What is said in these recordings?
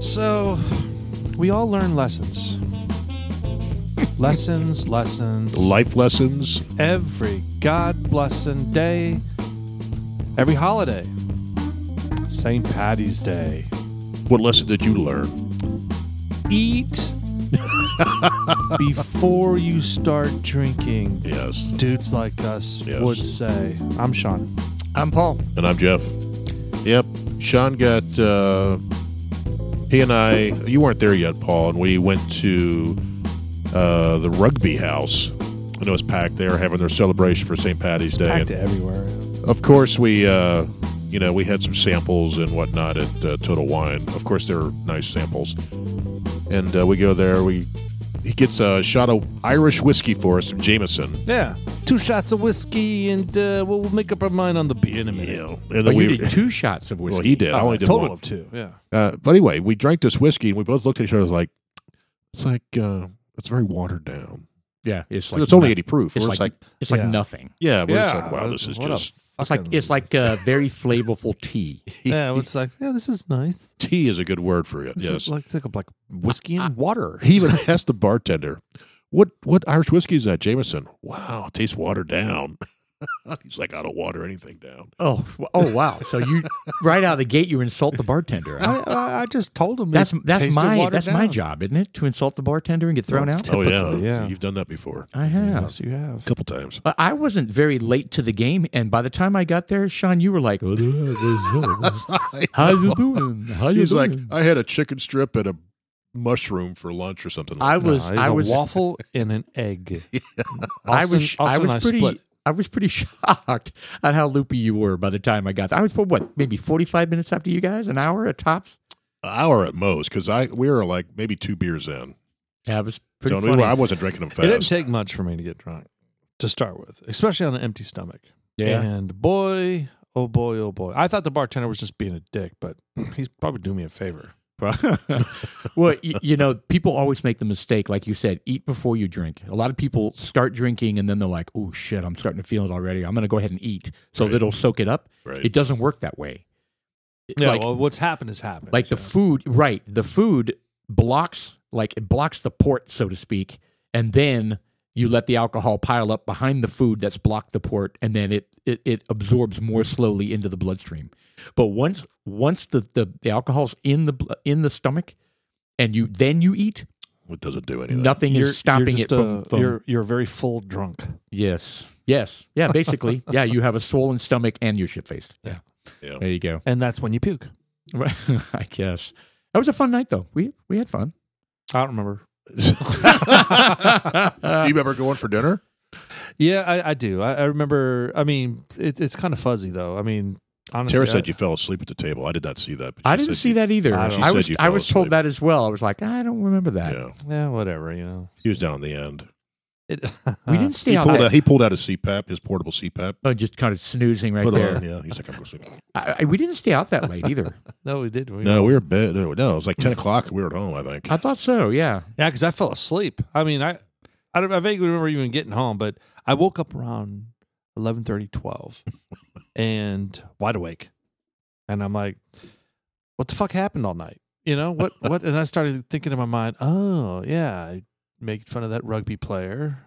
So, we all learn lessons. lessons, lessons. Life lessons. Every God blessing day. Every holiday. St. Patty's Day. What lesson did you learn? Eat before you start drinking. Yes. Dudes like us Yes. would say. I'm Sean. I'm Paul. And I'm Jeff. Yep. Sean got, uh, he and I, you weren't there yet, Paul, and we went to uh, the rugby house. And it was packed there having their celebration for St. Patty's Day. Packed And everywhere. of course, we, uh, you know, we had some samples and whatnot at uh, Total Wine. Of course, they're nice samples. And uh, we go there. We He gets a shot of Irish whiskey for us, some Jameson. Yeah. Two shots of whiskey, and uh, we'll make up our mind on the beer in a minute. Yeah. And Oh, then you we, did two shots of whiskey. well, he did. I Oh, only a did total one. of two. Yeah. Uh, but anyway, we drank this whiskey and we both looked at each other like, it's like, uh, it's very watered down. yeah, it's like it's only no- 80 proof. It's We're like, just like, it's like Yeah. nothing. yeah, we're just Yeah, uh, like, wow, this is what a just It's like it's like uh, very flavorful tea. yeah, it's like yeah, this is nice. tea is a good word for it. This yes. is like it's like, like whiskey Ah. and water. he even asked the bartender, what what Irish whiskey is that, Jameson? Wow, it tastes watered down. He's like, I don't water anything down. Oh, oh wow! So you right out of the gate, you insult the bartender. I, I, I just told him that's it that's tasted my watered that's my down. job, isn't it? To insult the bartender and get thrown out. Oh, yeah. Typically, yeah. You've done that before I have. Yes, you have. a couple times. But I wasn't very late to the game, and by the time I got there, Sean, you were like, "How you doing? How you He's like, doing?" I had a chicken strip and a mushroom for lunch or something. I Like that. was No, it I a was waffle and an egg. I Austin- was sh- Austin I and was I pretty split. I was pretty shocked at how loopy you were by the time I got there. I was what maybe forty five minutes after you guys, an hour at tops. an hour at most because I we were like maybe two beers in. Yeah, it was pretty So we funny. were- I wasn't drinking them It didn't fast. take much for me to get drunk to start with, especially on an empty stomach. yeah, And boy, oh boy, oh boy. I thought the bartender was just being a dick, but he's probably doing me a favor. well, you, you know, people always make the mistake, like you said, eat before you drink. A lot of people start drinking and then they're like, "Oh shit, I'm starting to feel it already. I'm going to go ahead and eat so Right. that it'll soak it up." Right. It doesn't work that way. Yeah, like, well, what's happened is happened. like the so. food, right? The food blocks, like it blocks the port, so to speak, and then you let the alcohol pile up behind the food that's blocked the port, and then it it, it absorbs more slowly into the bloodstream. But once once the, the the alcohol's in the bl- in the stomach, and you then you eat, It doesn't do anything. nothing You're- is you're stopping it just from. a- from- You're you're a very full drunk. yes, yes, yeah. Basically, yeah. You have a swollen stomach and you're shit faced. Yeah. Yeah. there you go. And that's when you puke. I guess that was a fun night though. We we had fun. I don't remember. Do you remember going for dinner? Yeah, I, I do. I, I remember. I mean, it, it's kind of fuzzy though. I mean, honestly, Tara I- said you fell asleep at the table. I did not see that. but I she didn't said see you- that either. I I, don't- She said was you I fell was told asleep. that as well. I was like, I don't remember that. Yeah, yeah, whatever. You know, he was down in the end. it, We didn't stay He out. pulled out. That, He pulled out his CPAP, his portable CPAP. oh, just kind of snoozing right put it there. on. Yeah, he's like, I'm going to sleep. I, I- we didn't stay out that late either. No, we did. We, No, we were in bed. No, no, it was like ten o'clock. We were at home. I think. I thought so. Yeah. Yeah, because I fell asleep. I mean, I, I, don't, I vaguely remember even getting home, but I woke up around 11, 12 and wide awake, and I'm like, what the fuck happened all night? You know what? What? And I started thinking in my mind, oh yeah, I made fun of that rugby player.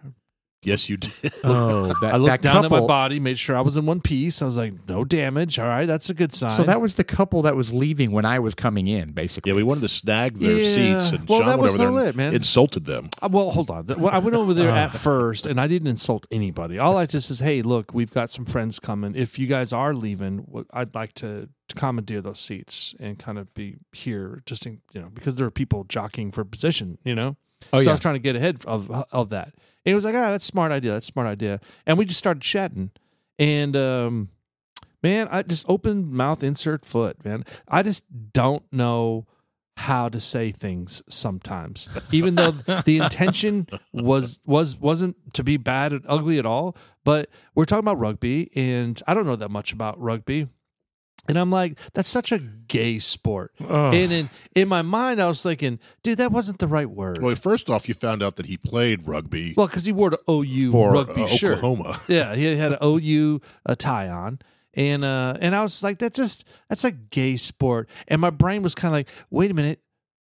Yes, you did. Oh, that, I looked that down couple, at my body, made sure I was in one piece. I was like, no damage. All right, that's a good sign. So that was the couple that was leaving when I was coming in, basically. yeah, we wanted to snag their Yeah. seats, and Well, Sean that went was over there so and lit, man. insulted them. Uh, Well, hold on. The- well, I went over there Oh. at first, and I didn't insult anybody. All I just is, hey, look, we've got some friends coming. If you guys are leaving, w- I'd like to, to commandeer those seats and kind of be here, just in, you know, because there are people jockeying for position. You know, so oh, I yeah. was trying to get ahead of of that. And it was like, ah, that's a smart idea. That's a smart idea. And we just started chatting, and um, man, I just open mouth, insert foot, man. I just don't know how to say things sometimes, even though the intention was was wasn't to be bad and ugly at all. But we're talking about rugby, and I don't know that much about rugby. And I'm like, that's such a gay sport. Oh. And in, in my mind, I was thinking, dude, that wasn't the right word. Well, first off, you found out that he played rugby Well, because he wore the OU for rugby uh, shirt. Oklahoma. Yeah, he had an OU uh, tie on, and uh, and I was like, that just that's a gay sport. And my brain was kind of like, wait a minute,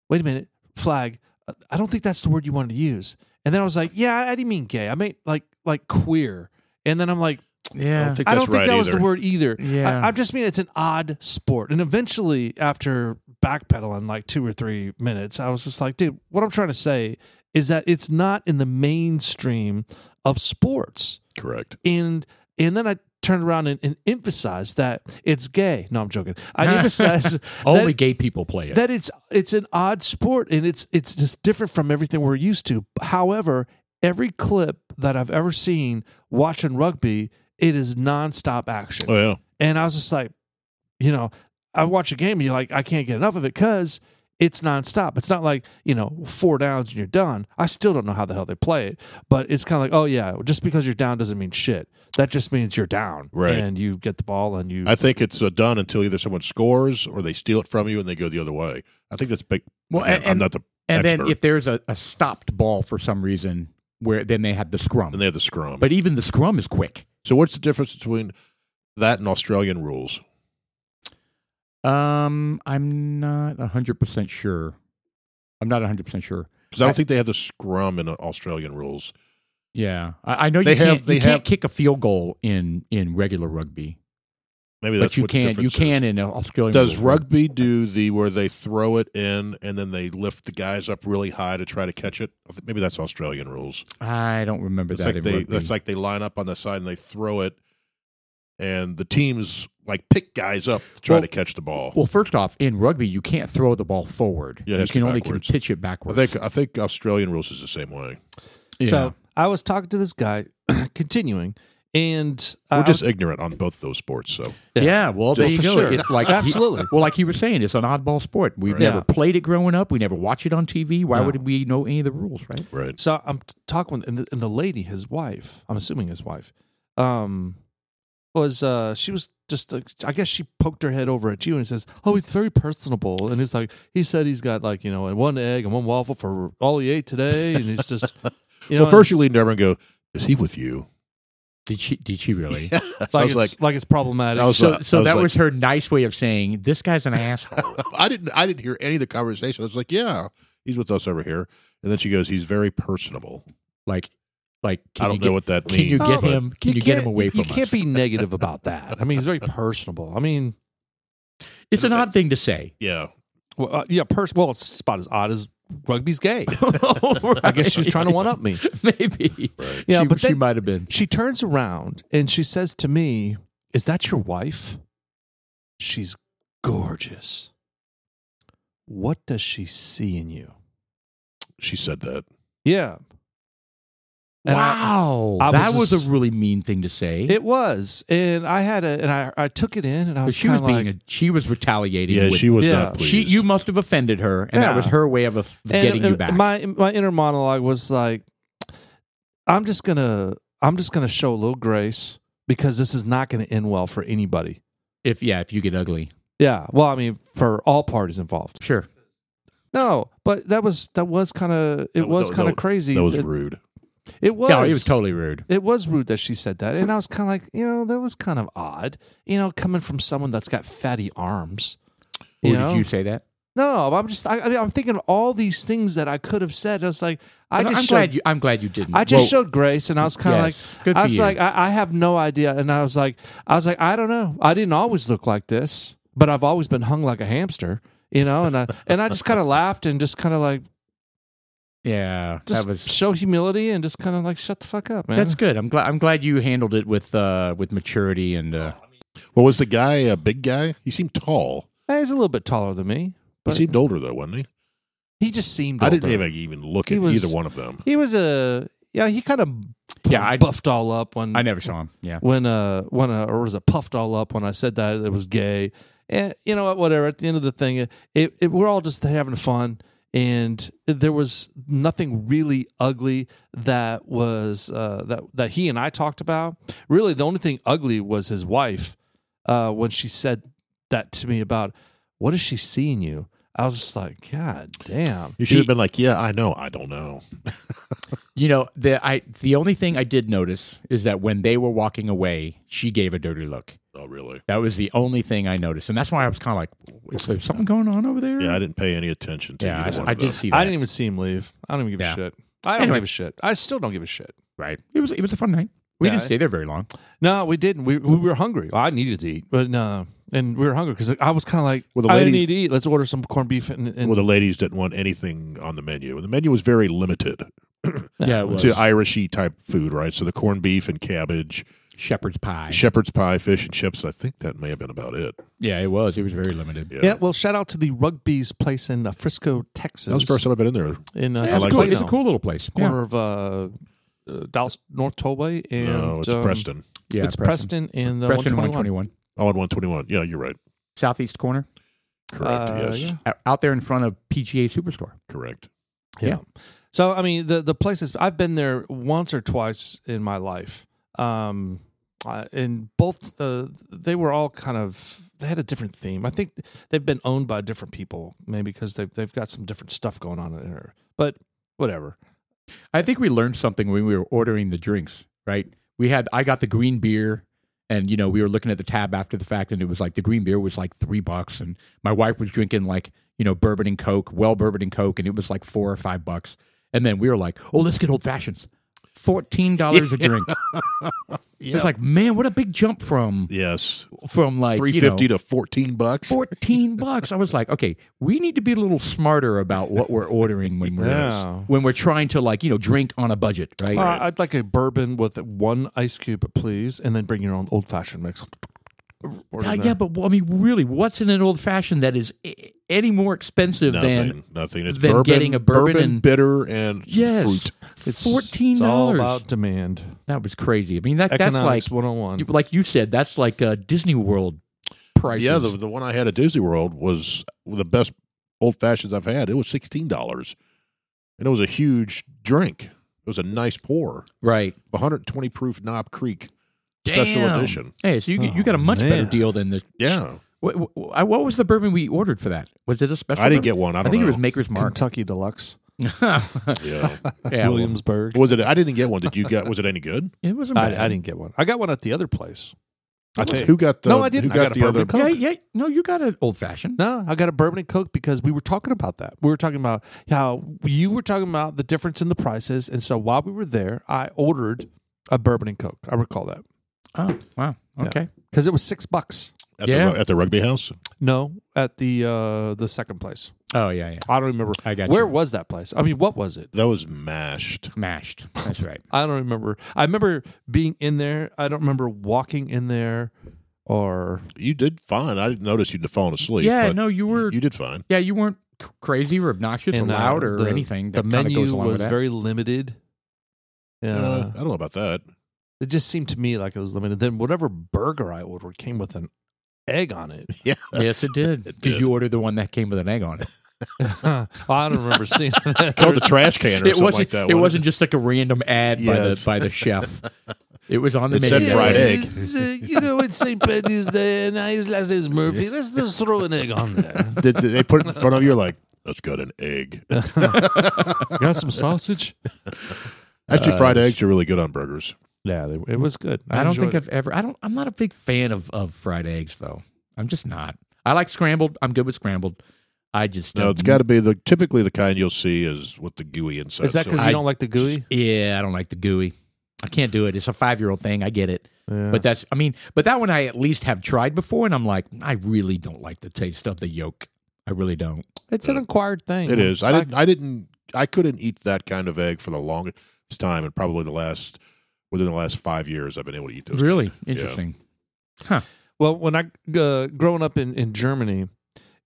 wait a minute, flag. uh, I don't think that's the word you wanted to use. And then I was like, yeah, I didn't mean gay. I meant like like queer. And then I'm like, Yeah. I don't think I that's don't think right that either. was the word either. Yeah. I, I just mean it's an odd sport. And eventually, after backpedaling like two or three minutes, I was just like, dude, what I'm trying to say is that it's not in the mainstream of sports. Correct. And and then I turned around and, and emphasized that it's gay. No, I'm joking. I emphasized that, Only gay people play it. that it's it's an odd sport and it's it's just different from everything we're used to. However, every clip that I've ever seen watching rugby, it is nonstop action. Oh yeah. And I was just like, you know, I watch a game and you're like, I can't get enough of it because it's nonstop. It's not like, you know, four downs and you're done. I still don't know how the hell they play it, but it's kind of like, oh, yeah, just because you're down doesn't mean shit. That just means you're down. Right. And you get the ball and you. I think it's uh, done until either someone scores or they steal it from you and they go the other way. I think that's big. Well, Again, and- I'm not the. and then expert. if there's a, a stopped ball for some reason, where then they have the scrum. Then they have the scrum. but even the scrum is quick. so what's the difference between that and Australian rules? Um, I'm not hundred percent sure. I'm not hundred percent sure. Because I don't I- think they have the scrum in uh, Australian rules. Yeah, I, I know you They can't. have- they you can't have- kick a field goal in in regular rugby, Maybe that's but you what the can. You difference can Is. in Australian. Does rules. rugby do the where they throw it in and then they lift the guys up really high to try to catch it? I think Maybe that's Australian rules. I don't remember It's that. like in they rugby. that's like they line up on the side and they throw it, and the teams like pick guys up to try Well- to catch the ball. well, first off, in rugby, you can't throw the ball forward. Yeah, it you has to can be only backwards. can pitch it I backwards. think I think Australian rules is the same way. yeah. So I was talking to this guy, continuing, and uh, We're I just um, was- ignorant on both those sports. So Yeah. yeah. well, there Well, you for go. sure. It's like Absolutely. Well, like you were saying, it's an oddball sport. We've Right. never Yeah. played it growing up. We never watch it on TV. Why No. would we know any of the rules, right? right, So I'm t- talking with and the, and the lady, his wife, I'm assuming his wife, um, was uh, she was just like, I guess she poked her head over at you and says, "Oh, he's very personable," and it's like he said he's got like you know and one egg and one waffle for all he ate today, and he's just you know well, first you lean over and go, "Is he with you?" Did she? Did she really? So like I was it's, like, like, it's problematic. I was So, like- so I that like- was her nice way of saying this guy's an asshole. I didn't I didn't hear any of the conversation. I was like, "Yeah, he's with us over here." And then she goes, "He's very personal." like, like can I you don't get, know what that can you means. get but- him? Can you, get him Oh, can't- away from You can't us? be negative about that. I mean, he's very personable. I mean, it's an odd thing to say. Yeah, well, uh, yeah, pers- well, it's about as odd as rugby's gay. I guess she was trying to one up me. Maybe. right. Yeah, she, but she then- might have been. She turns around and she says to me, Is that your wife? She's gorgeous. What does she see in you? She said that. Yeah, And I- Wow, I was that was, just- a really mean thing to say. it was. And I had a, and I, I took it in and I But was she was kind of being like, a, she was retaliating. Yeah, with- she was Yeah. not pleased. she you must have offended her, and that Yeah. was her way of, of and- getting you and back. My, my inner monologue was like, I'm just going to, I'm just going to show a little grace because this is not going to end well for anybody. if yeah, if you get ugly, Yeah. Well, I mean, for all parties involved. sure. No, but that was, that was kind of, it That- was that- kind of that- crazy. that was It- rude. It was. No, it was totally rude. It was rude that she said that. And I was kind of like, you know, that was kind of odd, you know, coming from someone that's got fatty arms. Who You know? did you say that? No, I'm just, I, I mean, I'm thinking of all these things that I could have said. I was like, I I'm just showed, glad you. I'm glad you didn't. I just Well, showed grace and I was kind of yes. like, Good for I was you. like, I, I have no idea. And I was like, I was like, I don't know. I didn't always look like this, but I've always been hung like a hamster, you know? And I, and I just kind of laughed and just kind of like, yeah, just that was. show humility and just kind of like, shut the fuck up, man. That's good. I'm glad. I'm glad you handled it with uh with maturity and uh Well, was the guy a big guy? He seemed tall. Eh, He's a little bit taller than me. He But seemed older though, wasn't he? He just seemed. I didn't older. even even look He at was- either one of them. He was a yeah. He kind of Yeah, I- buffed all up when I never saw him. Yeah. when uh when uh, or was it puffed all up when I said that it was gay. And you know what? Whatever. At the end of the thing, it, it, it we're all just having fun, and there was nothing really ugly that was uh, that that he and I talked about. Really, the only thing ugly was his wife uh, when she said that to me about what is she seeing you. I was just like, God damn. You should have The- been like, "Yeah, I know, I don't know." You know, the I the only thing I did notice is that when they were walking away, she gave a dirty look. Oh, really? That was the only thing I noticed, and that's why I was kind of like, "Is there something going on over there?" Yeah, I didn't pay any attention to Yeah, either one I, I of did those. see that. I didn't even see him leave. I don't even give Yeah. a shit. I don't Anyway. give a shit. I still don't give a shit. Right. It was it was a fun night. We Yeah, didn't I- stay there very long. No, we didn't. We we were hungry. I needed to eat, but no, and we were hungry because I was kind of like, Well, the I lady- need to eat. Let's order some corned beef and, and Well, the ladies didn't want anything on the menu, and the menu was very limited Yeah, it was to Irishy type food, right? So the corned beef and cabbage, shepherd's pie. shepherd's pie, fish and chips. and I think that may have been about it. yeah, it was. It was very limited. yeah. Well, shout out to the Rugby's place in uh, Frisco, Texas. That was the first time I've been in there. in uh, I Yeah, it's, like cool. that. Plano, it's a cool little place. Yeah. corner of uh, uh, Dallas North Tollway and no, it's um, Preston. Yeah, it's Preston, and uh, Preston 121. 121. Oh, and 121. Yeah, you're right. Southeast corner, Correct. Uh, yes. yeah. o- out there in front of PGA Superstore. Correct. Yeah. Yeah. So I mean, the the places I've been there once or twice in my life, um, uh, and both uh, they were all kind of they had a different theme. I think they've been owned by different people, maybe because they've they've got some different stuff going on in there. But whatever. I think we learned something when we were ordering the drinks, right? We had I got the green beer and you know, we were looking at the tab after the fact and it was like the green beer was like 3 bucks and my wife was drinking like, you know, bourbon and coke, well bourbon and coke and it was like 4 or 5 bucks. And then we were like, "Oh, let's get old fashions." $14 a drink. Yeah. It's like, "Man, what a big jump from yes. from like, you know, 350 to 14 bucks. 14 bucks. I was like, okay, we need to be a little smarter about what we're ordering when we're Yeah. when we're trying to like, you know, drink on a budget, right? Uh, I'd like a bourbon with one ice cube, please, and then bring your own old fashioned mix. Order Uh, that. yeah, but well, I mean, really, what's in an old fashioned that is i- any more expensive Nothing. than nothing. It's than bourbon, getting a bourbon and- bitter and yes, fruit. It's fourteen It's all dollars? about demand. That was crazy. I mean, that that's like Economics 101. you- like you said, that's like uh, Disney World prices. Yeah, the, the one I had at Disney World was the best old fashions I've had. It was sixteen dollars, and it was a huge drink. It was a nice pour, right. 120 proof Knob Creek special Damn. edition. Hey, so you get- you Oh, got a much better man. deal than this. Yeah, What, what, I- what was the bourbon we ordered for that? Was it a special? I didn't bourbon? get one. I don't think know. it was Maker's Mark. Kentucky Deluxe, yeah, Yeah, well, Williamsburg. was it? I didn't get one. Did you get? Was it any good? it wasn't bad. I, I didn't get one. I got one at the other place. I think. Who got the? No, I didn't. Who I got, got a the bourbon other? cup. Yeah, Coke? yeah. No, you got an old fashioned. No, I got a bourbon and coke because we were talking about that. We were talking about how you were talking about the difference in the prices, and so while we were there, I ordered a bourbon and coke. I recall that Oh, wow. Yeah. Okay. because it was six bucks. At, Yeah. the, ru- at the rugby house. No, at the uh the second place. Oh yeah, yeah. I don't remember. I got Where you. was that place? I mean, what was it? That was mashed. mashed. That's right. I don't remember. I remember being in there. I don't remember walking in there or You did fine. I didn't notice you'd fallen asleep. yeah. but No, you were. you did fine. yeah, you weren't c- crazy or obnoxious and, or uh, loud or the- anything. The That kinda menu goes along was with that. very limited. Yeah. Uh, I don't know about that. It just seemed to me like it was limited. Then whatever burger I ordered came with an egg on it. Yeah. Yes, it did. It Because you ordered the one that came with an egg on it. Well, I don't remember seeing that. called the trash can or it something wasn't. like that. it wasn't wasn't just like a random ad Yes. by the by the chef. It was on the It said menu. fried egg. it's, uh, you know, it's St. Patty's Day, and his last name's Murphy. Let's just throw an egg on there. did, did they put it in front of you like that's got an egg Got some sausage? actually fried eggs are really good on burgers Yeah, they, it was good. I, don't think enjoyed I've ever. I don't. I'm not a big fan of of fried eggs though. I'm just not. I like scrambled. I'm good with scrambled. I just no don't- it's got to be the typically the kind you'll see is with the gooey inside Is that So- because I you don't like the gooey? Yeah, I don't like the gooey. I can't do it. It's a five year old thing. I get it. Yeah. But that's, I mean, but that one I at least have tried before, and I'm like, I really don't like the taste of the yolk. I really don't. it's an acquired thing. it is i didn't i didn't i couldn't eat that kind of egg for the longest time and probably the last within the last five years i've been able to eat those Really interesting. Well, when I uh, growing up in in Germany,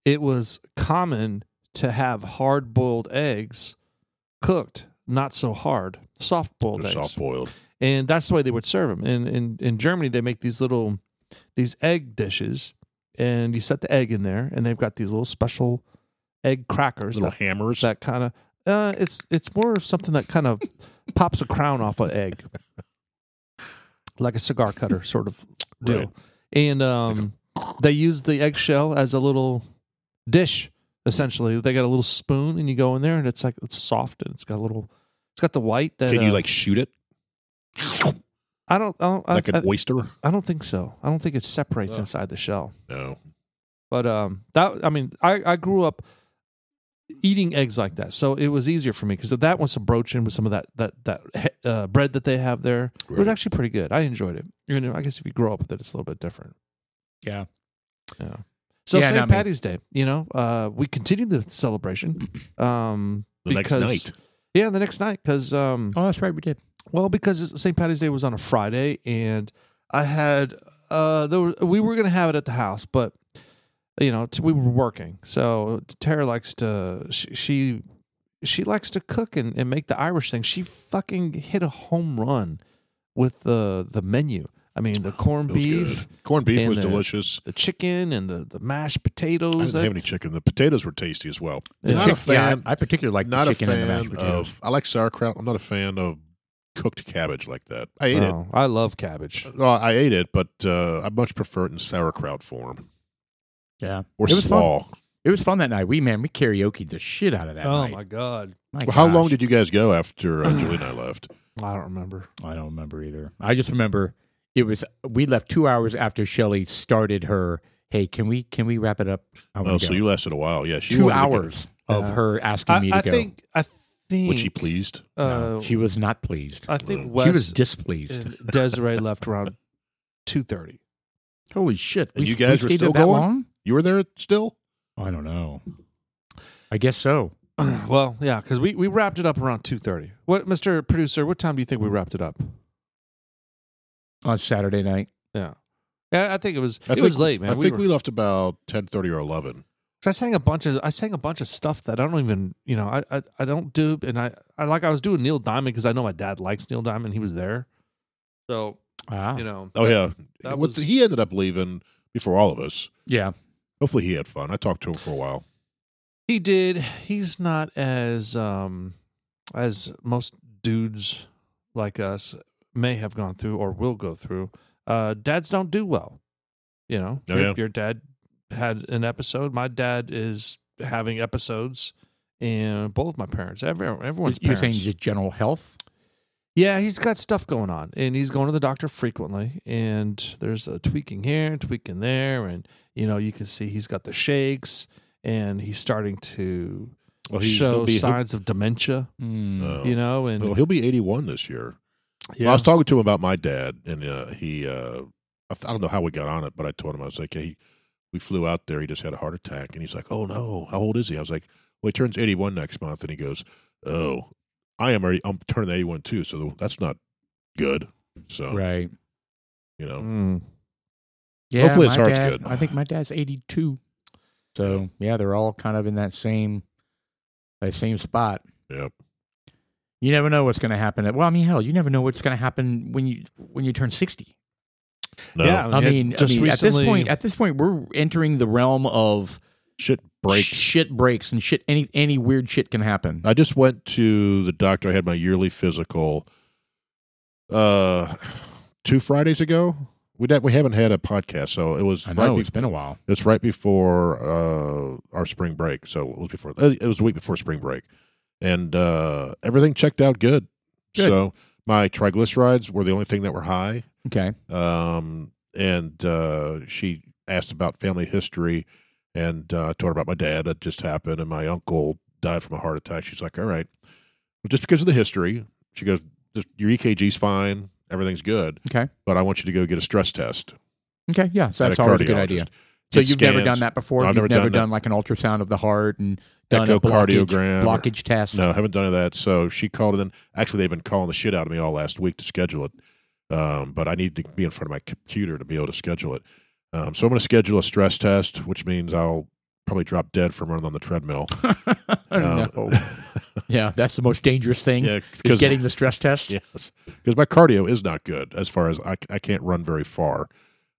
it was common to have hard boiled eggs cooked, not so hard, soft boiled eggs, soft boiled and that's the way they would serve them. In in in Germany, they make these little these egg dishes, and you set the egg in there, and they've got these little special egg crackers little that, hammers that kind of. Uh, it's it's more of something that kind of pops a crown off an egg, like a cigar cutter sort of deal. Right. And um, they use the eggshell as a little dish. Essentially, they got a little spoon, and you go in there, and it's like uh, it's soft, and it's got a little. It's got the white that can you uh, like shoot it I don't. I don't. I, like I, an oyster? I don't think so. I don't think it separates Ugh. inside the shell. No. But um, that I mean, I I grew up eating eggs like that, so it was easier for me because that was some broaching with some of that that that he- uh, bread that they have there. It was Right. actually pretty good. I enjoyed it. You know, I guess if you grow up with it, it's a little bit different. Yeah. Yeah. So Yeah, not St. me. Patty's Day, you know, uh, we continued the celebration. Um, The next because- night. Yeah, the next night because um, Oh, that's right. We did. well, because St. Patty's Day was on a Friday, and I had uh, there were, we were gonna have it at the house, but you know, t- we were working. So Tara likes to she she, she likes to cook and, and make the Irish thing. She fucking hit a home run with the the menu. I mean, the corned It Oh, was beef, good. Corned beef and was the- delicious. the chicken, and the the mashed potatoes. I didn't that- have any chicken. The potatoes were tasty as well. Yeah. Not a Chick- yeah, fan. I, I particularly like not the a chicken and the mashed fan potatoes. of. I like sauerkraut. I'm not a fan of cooked cabbage like that. I ate Oh, I love cabbage. it. Well, I ate it, but uh, I much prefer it in sauerkraut form yeah. or It was fun. slaw. It was fun that night. We man, we karaoke the shit out of that Oh night. my god, My Well, how gosh. long did you guys go after uh, Julie and I left? I don't remember. I don't remember either. I just remember it was we left two hours after Shelly started her. Hey, can we can we wrap it up? I wanna Oh, so go." you lasted a while. Yeah, she two wanted to go- hours of Yeah. her asking me I, to I go. think I think Was she pleased? Uh, No, she was not pleased. I think Wes Well, she was displeased. and Desiree left around two thirty. Holy shit! And you guys were stayed there still that going? long? You were there still? I don't know. I guess so. well, yeah, because we, we wrapped it up around two thirty. What, Mister Producer? What time do you think we wrapped it up? On Saturday night. Yeah, yeah, I think it was. I it think- was late, man. I think were- we left about ten thirty or eleven. 'cause I sang a bunch of I sang a bunch of stuff that I don't even you know I I, I don't do and I, I like I was doing Neil Diamond because I know my dad likes Neil Diamond. He was there, so Ah, you know. Oh yeah, That What- was- he ended up leaving before all of us. yeah. Hopefully, he had fun. I talked to him for a while. He did. He's not as um as most dudes like us may have gone through or will go through. Uh dads don't do well. You know. Oh, your, yeah. your dad had an episode. My dad is having episodes and both my parents, every, everyone's You're saying parents. just general health? Yeah, he's got stuff going on, and he's going to the doctor frequently. And there's a tweaking here, tweaking there, and you know you can see he's got the shakes, and he's starting to Well, he, show will be he'll- signs of dementia. Hmm. Oh. You know, and well, he'll be eighty-one this year. Well, I yeah, was talking to him about my dad, and uh, he, uh, I, th- I don't know how we got on it, but I told him, I was like, hey, we flew out there. He just had a heart attack. And he's like, oh, no. How old is he? I was like, well, he turns 81 next month. And he goes, oh, I am already, I'm turning 81 too. So that's not good. So, Right. you know, Mm. Yeah, Hopefully his my heart's dad- good. I think my dad's 82. So, yeah, they're all kind of in that same that same spot. Yep. You never know what's going to happen. Well, I mean, hell, you never know what's going to happen when you when you turn 60. no. yeah. I mean, just I mean recently, at this point, at this point we're entering the realm of Shit breaks. shit breaks and shit any any weird shit can happen. I just went to the doctor. I had my yearly physical uh, two Fridays ago. We, da- we haven't had a podcast, so it was I right know before. it's been a while. It's right before uh, our spring break, so it was before. uh, It was the week before spring break, and uh, everything checked out good. Good. So my triglycerides were the only thing that were high. Okay. Um, and uh, she asked about family history, and uh, I told her about my dad that just happened, and my uncle died from a heart attack. She's like, "All right, well, just because of the history," she goes, just, "Your E EKG's fine, everything's good, Okay. but I want you to go get a stress test." Okay. Yeah. So at that's always a good idea. cardiologist. So Get you've never scans. done that before. I've you've never done that. done like an ultrasound of the heart and done a blockage, Echocardiogram. blockage test. No, haven't done that. So she called it in. Actually, they've been calling the shit out of me all last week to schedule it. Um, but I need to be in front of my computer to be able to schedule it. Um, so I'm going to schedule a stress test, which means I'll probably drop dead from running on the treadmill. Um, no. Yeah, that's the most dangerous thing. yeah, is because getting the stress test. yes, because my cardio is not good as far as I, I can't run very far.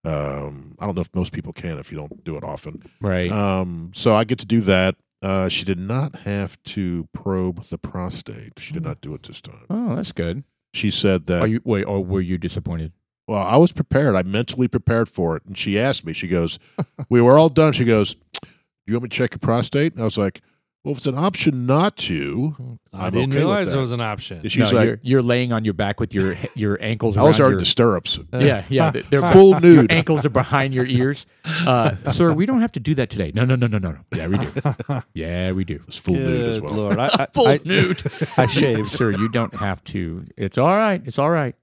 Um, I don't know if most people can if you don't do it often. Right. Um, so I get to do that. Uh, she did not have to probe the prostate. She Mm. did not do it this time. oh, that's good. She said that. Are you wait, or were you disappointed? well, I was prepared. I mentally prepared for it. And she asked me. She goes, "We were all done." She goes, "You want me to check your prostate?" And I was like, Well, if it's an option not to, I I'm didn't okay with realize that. there was an option. it's No, usually you're, you're laying on your back with your your ankles. I was around already your- the stirrups. yeah, yeah. They're they're Full Your nude. ankles are behind your ears. Uh, sir, we don't have to do that today. No, no, no, no, no, no. Yeah, we do. Yeah, we do. It's full nude as Good well. Lord, I, I, Full I- nude. I shave, sir. You don't have to. It's all right. It's all right.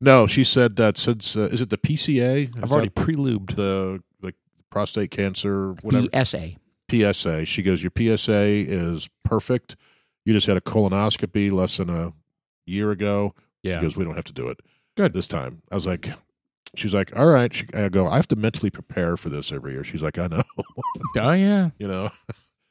No, she said that since uh, is it the PCA? Is I've already that pre-lubed. the the prostate cancer whatever BSA. PSA. She goes, your PSA is perfect. You just had a colonoscopy less than a year ago. Yeah. She goes, we don't have to do it. Good. this time. I was like. She's like, all right. She, I go, I have to mentally prepare for this every year. She's like, I know, Oh yeah. you know.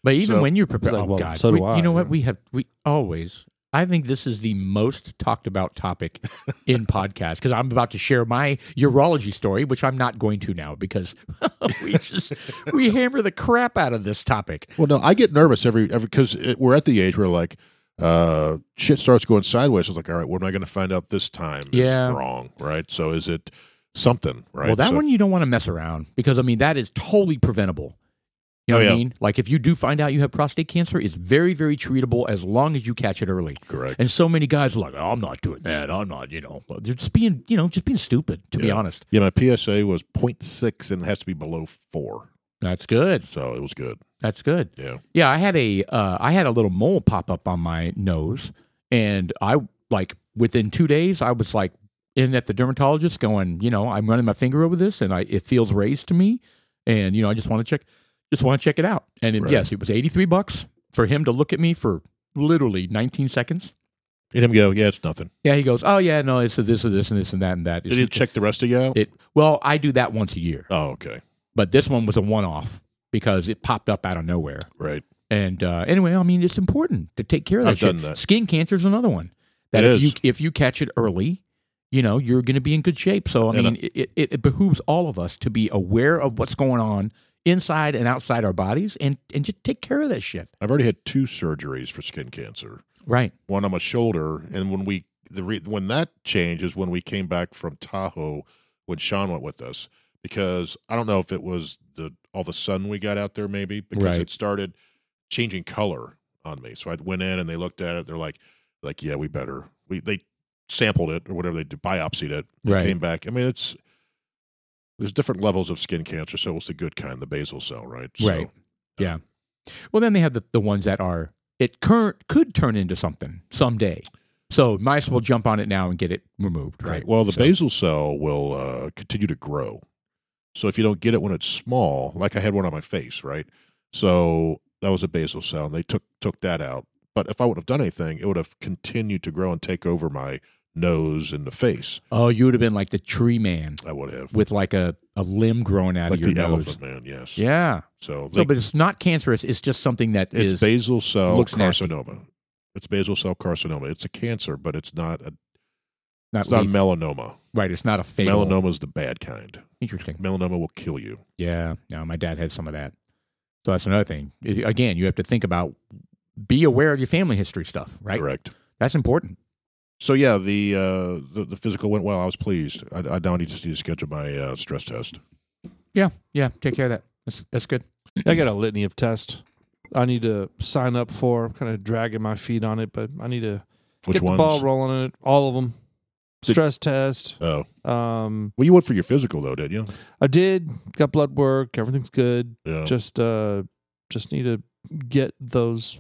But even So- when you're prepared, It's like, oh, well, God. so do We- I, You know what? yeah. We have we always. I think this is the most talked about topic in podcast because I'm about to share my urology story, which I'm not going to now because we just we hammer the crap out of this topic. Well, no, I get nervous every every because we're at the age where like uh shit starts going sideways. I was like, all right, what am I going to find out this time? is Yeah. wrong, right? So is it something, right? Well, that So- one you don't want to mess around because I mean that is totally preventable. You know Oh, what I yeah. mean? Like if you do find out you have prostate cancer, it's very very treatable as long as you catch it early. correct. And so many guys are like, oh, "I'm not doing that. I'm not," you know. They're just being, you know, just being stupid to be Yeah. honest. Yeah, my PSA was 0.6 and it has to be below four, That's good. so it was good. That's good. Yeah, Yeah, I had a uh, I had a little mole pop up on my nose, and I like within two days I was like in at the dermatologist going, you know, I'm running my finger over this, and I it feels raised to me, and you know I just want to check, just want to check it out. And it, Right. yes, it was 83 bucks for him to look at me for literally 19 seconds. and him go, yeah, it's nothing. Yeah, he goes, oh yeah, no, it's this and this and this and that and that. Did he check the rest of you out? it? Well, I do that once a year, oh, okay, but this one was a one off because it popped up out of nowhere. right. And uh, anyway, I mean, it's important to take care of that I've shit. done that. Skin cancer is another one. That It if you is. if you catch it early, you know you're going to be in good shape. So I And, uh, mean, it, it, it behooves all of us to be aware of what's going on inside and outside our bodies, and and just take care of that shit. I've already had two surgeries for skin cancer. Right. One on my shoulder, and when we the re, when that changed is when we came back from Tahoe when Sean went with us because I don't know if it was the all the sun we got out there maybe because Right. it started changing color on me. So I went in and they looked at it. They're like, like yeah, we better we they sampled it or whatever they did, biopsied it. They Right. came back. I mean, it's there's different levels of skin cancer. So it's the good kind, the basal cell, right? So, Right. Yeah. Well, then they have the, the ones that are it current could turn into something someday. So might as well jump on it now and get it removed. Right. Well, the So- basal cell will uh, continue to grow. So if you don't get it when it's small, like I had one on my face, right? So that was a basal cell, and they took took that out. But if I wouldn't have done anything, it would have continued to grow and take over my nose and the face. Oh, you would have been like the tree man I would have, with like a, a limb growing out like of your the nose. elephant man. Yes. Yeah. So, So, they, but it's not cancerous. It's just something that it's is basal cell looks nasty. carcinoma. It's basal cell carcinoma. It's a cancer, but it's not a, not, it's not lethal. melanoma. right. It's not a fatal. Melanoma is the bad kind. Interesting. Melanoma will kill you. Yeah. No, my dad had some of that. So that's another thing. I- Again, you have to think about be aware of your family history stuff. Right. Correct. That's important. So yeah, the uh, the, the physical went well. I was pleased. I, I now need to need to schedule my uh, stress test. Yeah. Yeah. Take care of that. That's that's good. I got a litany of tests I need to sign up for. I'm kind of dragging my feet on it, but I need to Which get ones? the ball rolling on it. All of them. Did- Stress test. oh, Um, well, you went for your physical though, didn't you? I did got blood work. Everything's good. Yeah. Just uh, just need to get those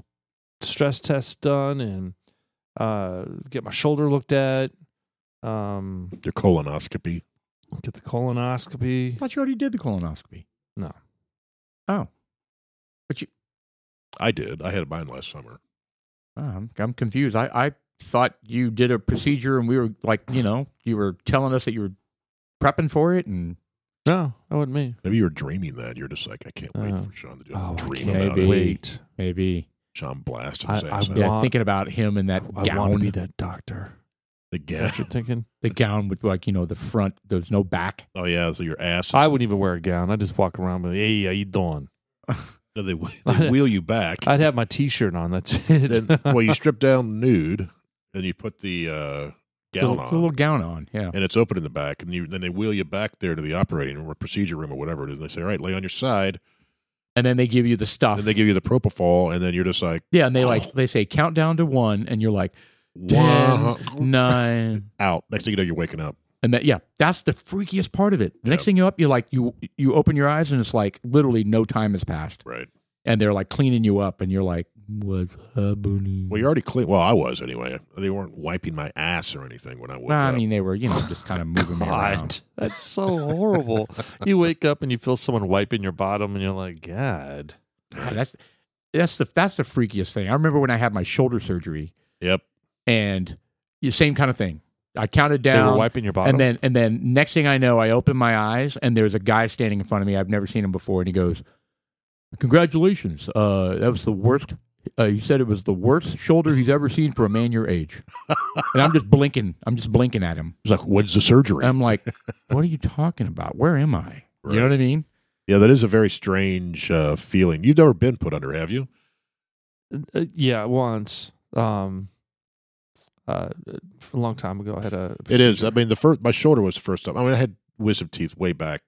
stress tests done and uh, get my shoulder looked at. Um, Your colonoscopy. get the colonoscopy. I thought you already did the colonoscopy. No. Oh. I did. I had mine last summer. Oh, I'm, I'm confused. I, I thought you did a procedure and we were like, you know, you were telling us that you were prepping for it and No, Oh, that wasn't me. Maybe you were dreaming that. You're just like, I can't wait Oh. for Sean to do Oh, I dream can't about Maybe. it. wait. maybe Sean blasted I- his ass I out. yeah, want- thinking about him in that I want to gown. be that doctor. The Is that what gown. you're thinking? the gown with like you know the front. There's no back. Oh yeah, so your ass. Is, I wouldn't even wear a gown. I'd just walk around with, hey, how you doing? no, they they wheel you back. I'd have my T-shirt on. That's it. then, well, you strip down nude, and you put the uh, gown little, on. little gown on. Yeah. and it's open in the back, and you then they wheel you back there to the operating room or procedure room or whatever it is. And they say, "All right, lay on your side." and then they give you the stuff. And they give you the propofol, and then you're just like, yeah, and they like they say count down to one, and you're like wow, ten, nine, out. Next thing you know, you're waking up. and that yeah, that's the freakiest part of it. The next Yep. thing you up, you like you you open your eyes, and it's like literally no time has passed, Right. and they're like cleaning you up, and you're like what's happening? Well, you're already clean. Well, I was anyway. They weren't wiping my ass or anything when I woke Nah, I up. mean, they were you know just kind of moving me around. God, that's so horrible. you wake up and you feel someone wiping your bottom, and you're like, God. God, that's that's the that's the freakiest thing. I remember when I had my shoulder surgery, yep. and the same kind of thing. I counted They were down, wiping your bottom. and then and then next thing I know, I open my eyes, and there's a guy standing in front of me. I've never seen him before, and he goes, "Congratulations! Uh, that was the worst." Uh, he said it was the worst shoulder he's ever seen for a man your age, and I'm just blinking. I'm just blinking at him. It's like, when's the surgery? And I'm like, "What are you talking about? Where am I? You Right. know what I mean?" yeah, that is a very strange uh, feeling. You've never been put under, have you? Uh, yeah, once. Um, uh, a long time ago, I had a. It is. I procedure. mean, the first my shoulder was the first time. I mean, I had wisdom teeth way back,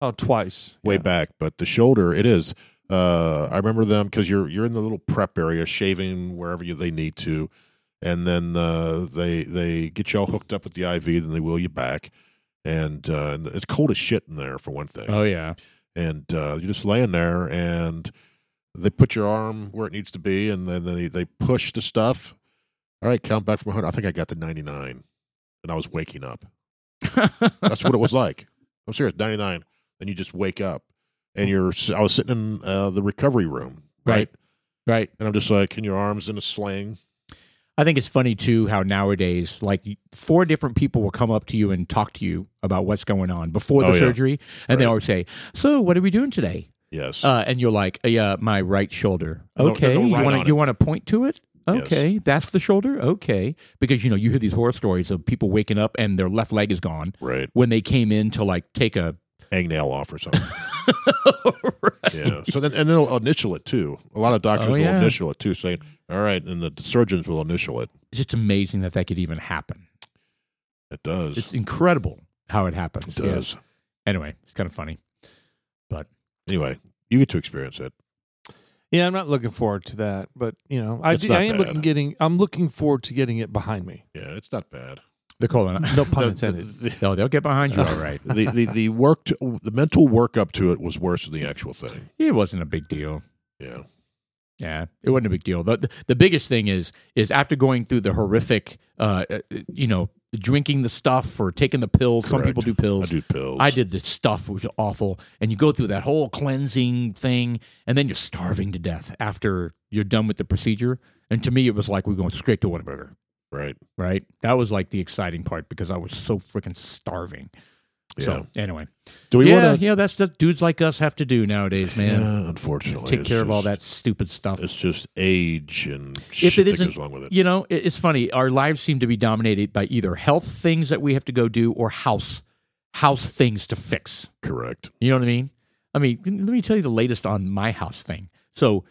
Oh, twice. way yeah. back, but the shoulder, it is. Uh, I remember them because you're you're in the little prep area, shaving wherever you, they need to, and then uh, they they get you all hooked up with the IV, then they wheel you back, and uh, and it's cold as shit in there for one thing. Oh yeah, and uh, you're just laying there and they put your arm where it needs to be and then they, they push the stuff all right count back from 100 i think i got to 99 and i was waking up that's what it was like i'm serious 99 and you just wake up and you're i was sitting in uh, the recovery room right, Right. right. and i'm just like and your arms in a sling I think it's funny too how nowadays, like four different people will come up to you and talk to you about what's going on before the Oh, yeah. surgery, and they Right. always say, "So, what are we doing today?" yes Uh, and you're like, "Yeah, my right shoulder." No, no, Okay, no, you right want on to you want to point to it? Yes. Okay, that's the shoulder. Okay, because you know you hear these horror stories of people waking up and their left leg is gone right when they came in to like take a. hangnail off or something yeah so then and they'll initial it too a lot of doctors Oh, will yeah. initial it too saying all right and the surgeons will initial it It's just amazing that that could even happen. it does It's incredible how it happens. it Yeah. does Anyway, it's kind of funny. anyway, you get to experience it. Yeah, I'm not looking forward to that, but you know, I, It's do, not I am bad. looking getting. I'm looking forward to getting it behind me. Yeah, it's not bad. The colon. No pun the, intended. the, No, they'll get behind you all right. the, the, the work to, the mental workup to it was worse than the actual thing. It wasn't a big deal. Yeah. Yeah, it wasn't a big deal. The, the, the biggest thing is is after going through the horrific, uh, uh, you know, drinking the stuff or taking the pills. Some Correct. people do pills. I do pills. I did this stuff, which was awful. And you go through that whole cleansing thing, and then you're starving to death after you're done with the procedure. And to me, it was like we're going straight to Whataburger, Right. right? That was like the exciting part because I was so freaking starving. Yeah. So anyway, do we yeah, want to? yeah, that's the dudes like us have to do nowadays, man. unfortunately. take it's care of all that just- stupid stuff. It's just age and shit it that isn't- goes along with it. You know, it, it's funny. Our lives seem to be dominated by either health things that we have to go do or house house things to fix. Correct. You know what I mean? I mean, let me tell you the latest on my house thing. So,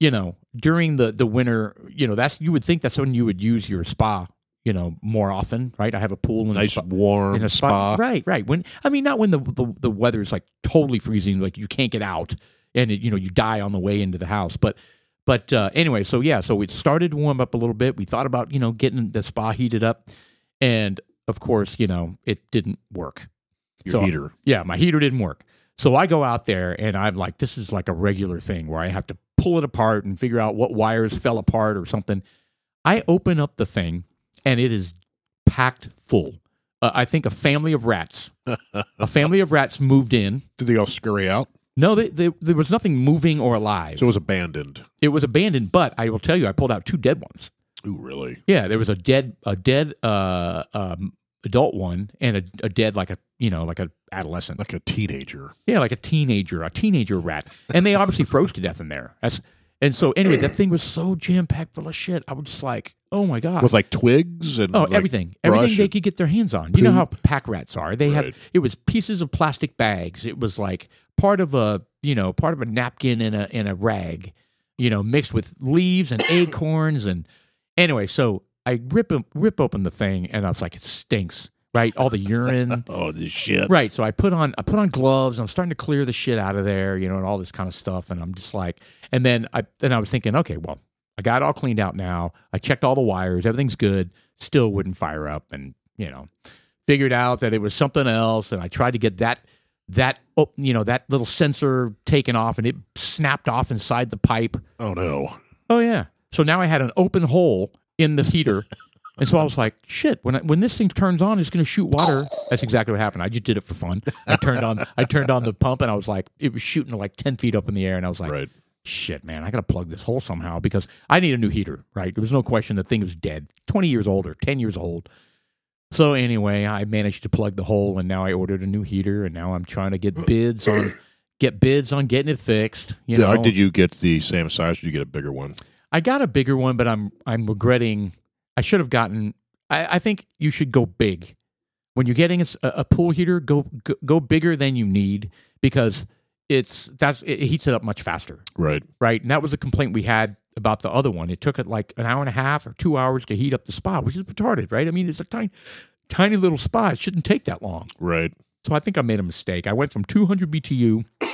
you know, during the the winter, you know, that's you would think that's when you would use your spa, you know, more often, right? I have a pool and a Nice spa- warm in a spa. spot. Right, right. When I mean, not when the the, the weather is like totally freezing, like you can't get out, and it, you know you die on the way into the house. But but uh, anyway, so yeah, so it started to warm up a little bit. We thought about you know getting the spa heated up, and of course you know it didn't work. Your So- heater. Yeah, my heater didn't work. So I go out there and I'm like, this is like a regular thing where I have to pull it apart and figure out what wires fell apart or something. I open up the thing and it is packed full. Uh, I think a family of rats, a family of rats moved in. Did they all scurry out? No, they, they, there was nothing moving or alive. So it was abandoned. it was abandoned, but I will tell you, I pulled out two dead ones. Ooh, really? Yeah, there was a dead, a dead uh, um, adult one and a, a dead like a you know like a adolescent. Like a teenager. Yeah, like a teenager, a teenager rat. And they obviously froze to death in there. That's, and so, anyway, that thing was so jam packed full of shit. I was just like, oh my God. With like twigs and oh, like, everything. brush Everything they and- could get their hands on. You know how pack rats are. They Right. have, it was pieces of plastic bags. It was like part of a, you know, part of a napkin and a, and a rag, you know, mixed with leaves and acorns. And anyway, so I rip, rip open the thing and I was like, it stinks. right? All the urine. Oh, this shit. Right. So I put on I put on gloves. I'm starting to clear the shit out of there, you know, and all this kind of stuff. And I'm just like, and then I then I was thinking, okay, well, I got it all cleaned out now. I checked all the wires. Everything's good. Still wouldn't fire up, and you know, figured out that it was something else. And I tried to get that that oh, you know that little sensor taken off, and it snapped off inside the pipe. Oh no. Oh yeah. So now I had an open hole in the heater. And so I was like, shit, when I, when this thing turns on, it's going to shoot water. That's exactly what happened. I just did it for fun. I turned on I turned on the pump and I was like it was shooting like 10 feet up in the air and I was like, right. shit, man, I got to plug this hole somehow because I need a new heater, right? There was no question the thing was dead. 20 years old or 10 years old. So anyway, I managed to plug the hole and now I ordered a new heater and now I'm trying to get bids on get bids on getting it fixed, you know. Yeah, Did you get the same size? Or did you get a bigger one? I got a bigger one, but I'm I'm regretting. I should have gotten. I, I think you should go big when you're getting a, s- a- a pool heater. Go, go go bigger than you need because it's that's it heats it up much faster, Right. right? And that was a complaint we had about the other one. It took it like an hour and a half or two hours to heat up the spot, which is retarded, right? I mean, it's a tiny tiny little spot. It shouldn't take that long. Right. So I think I made a mistake. I went from 200 BTU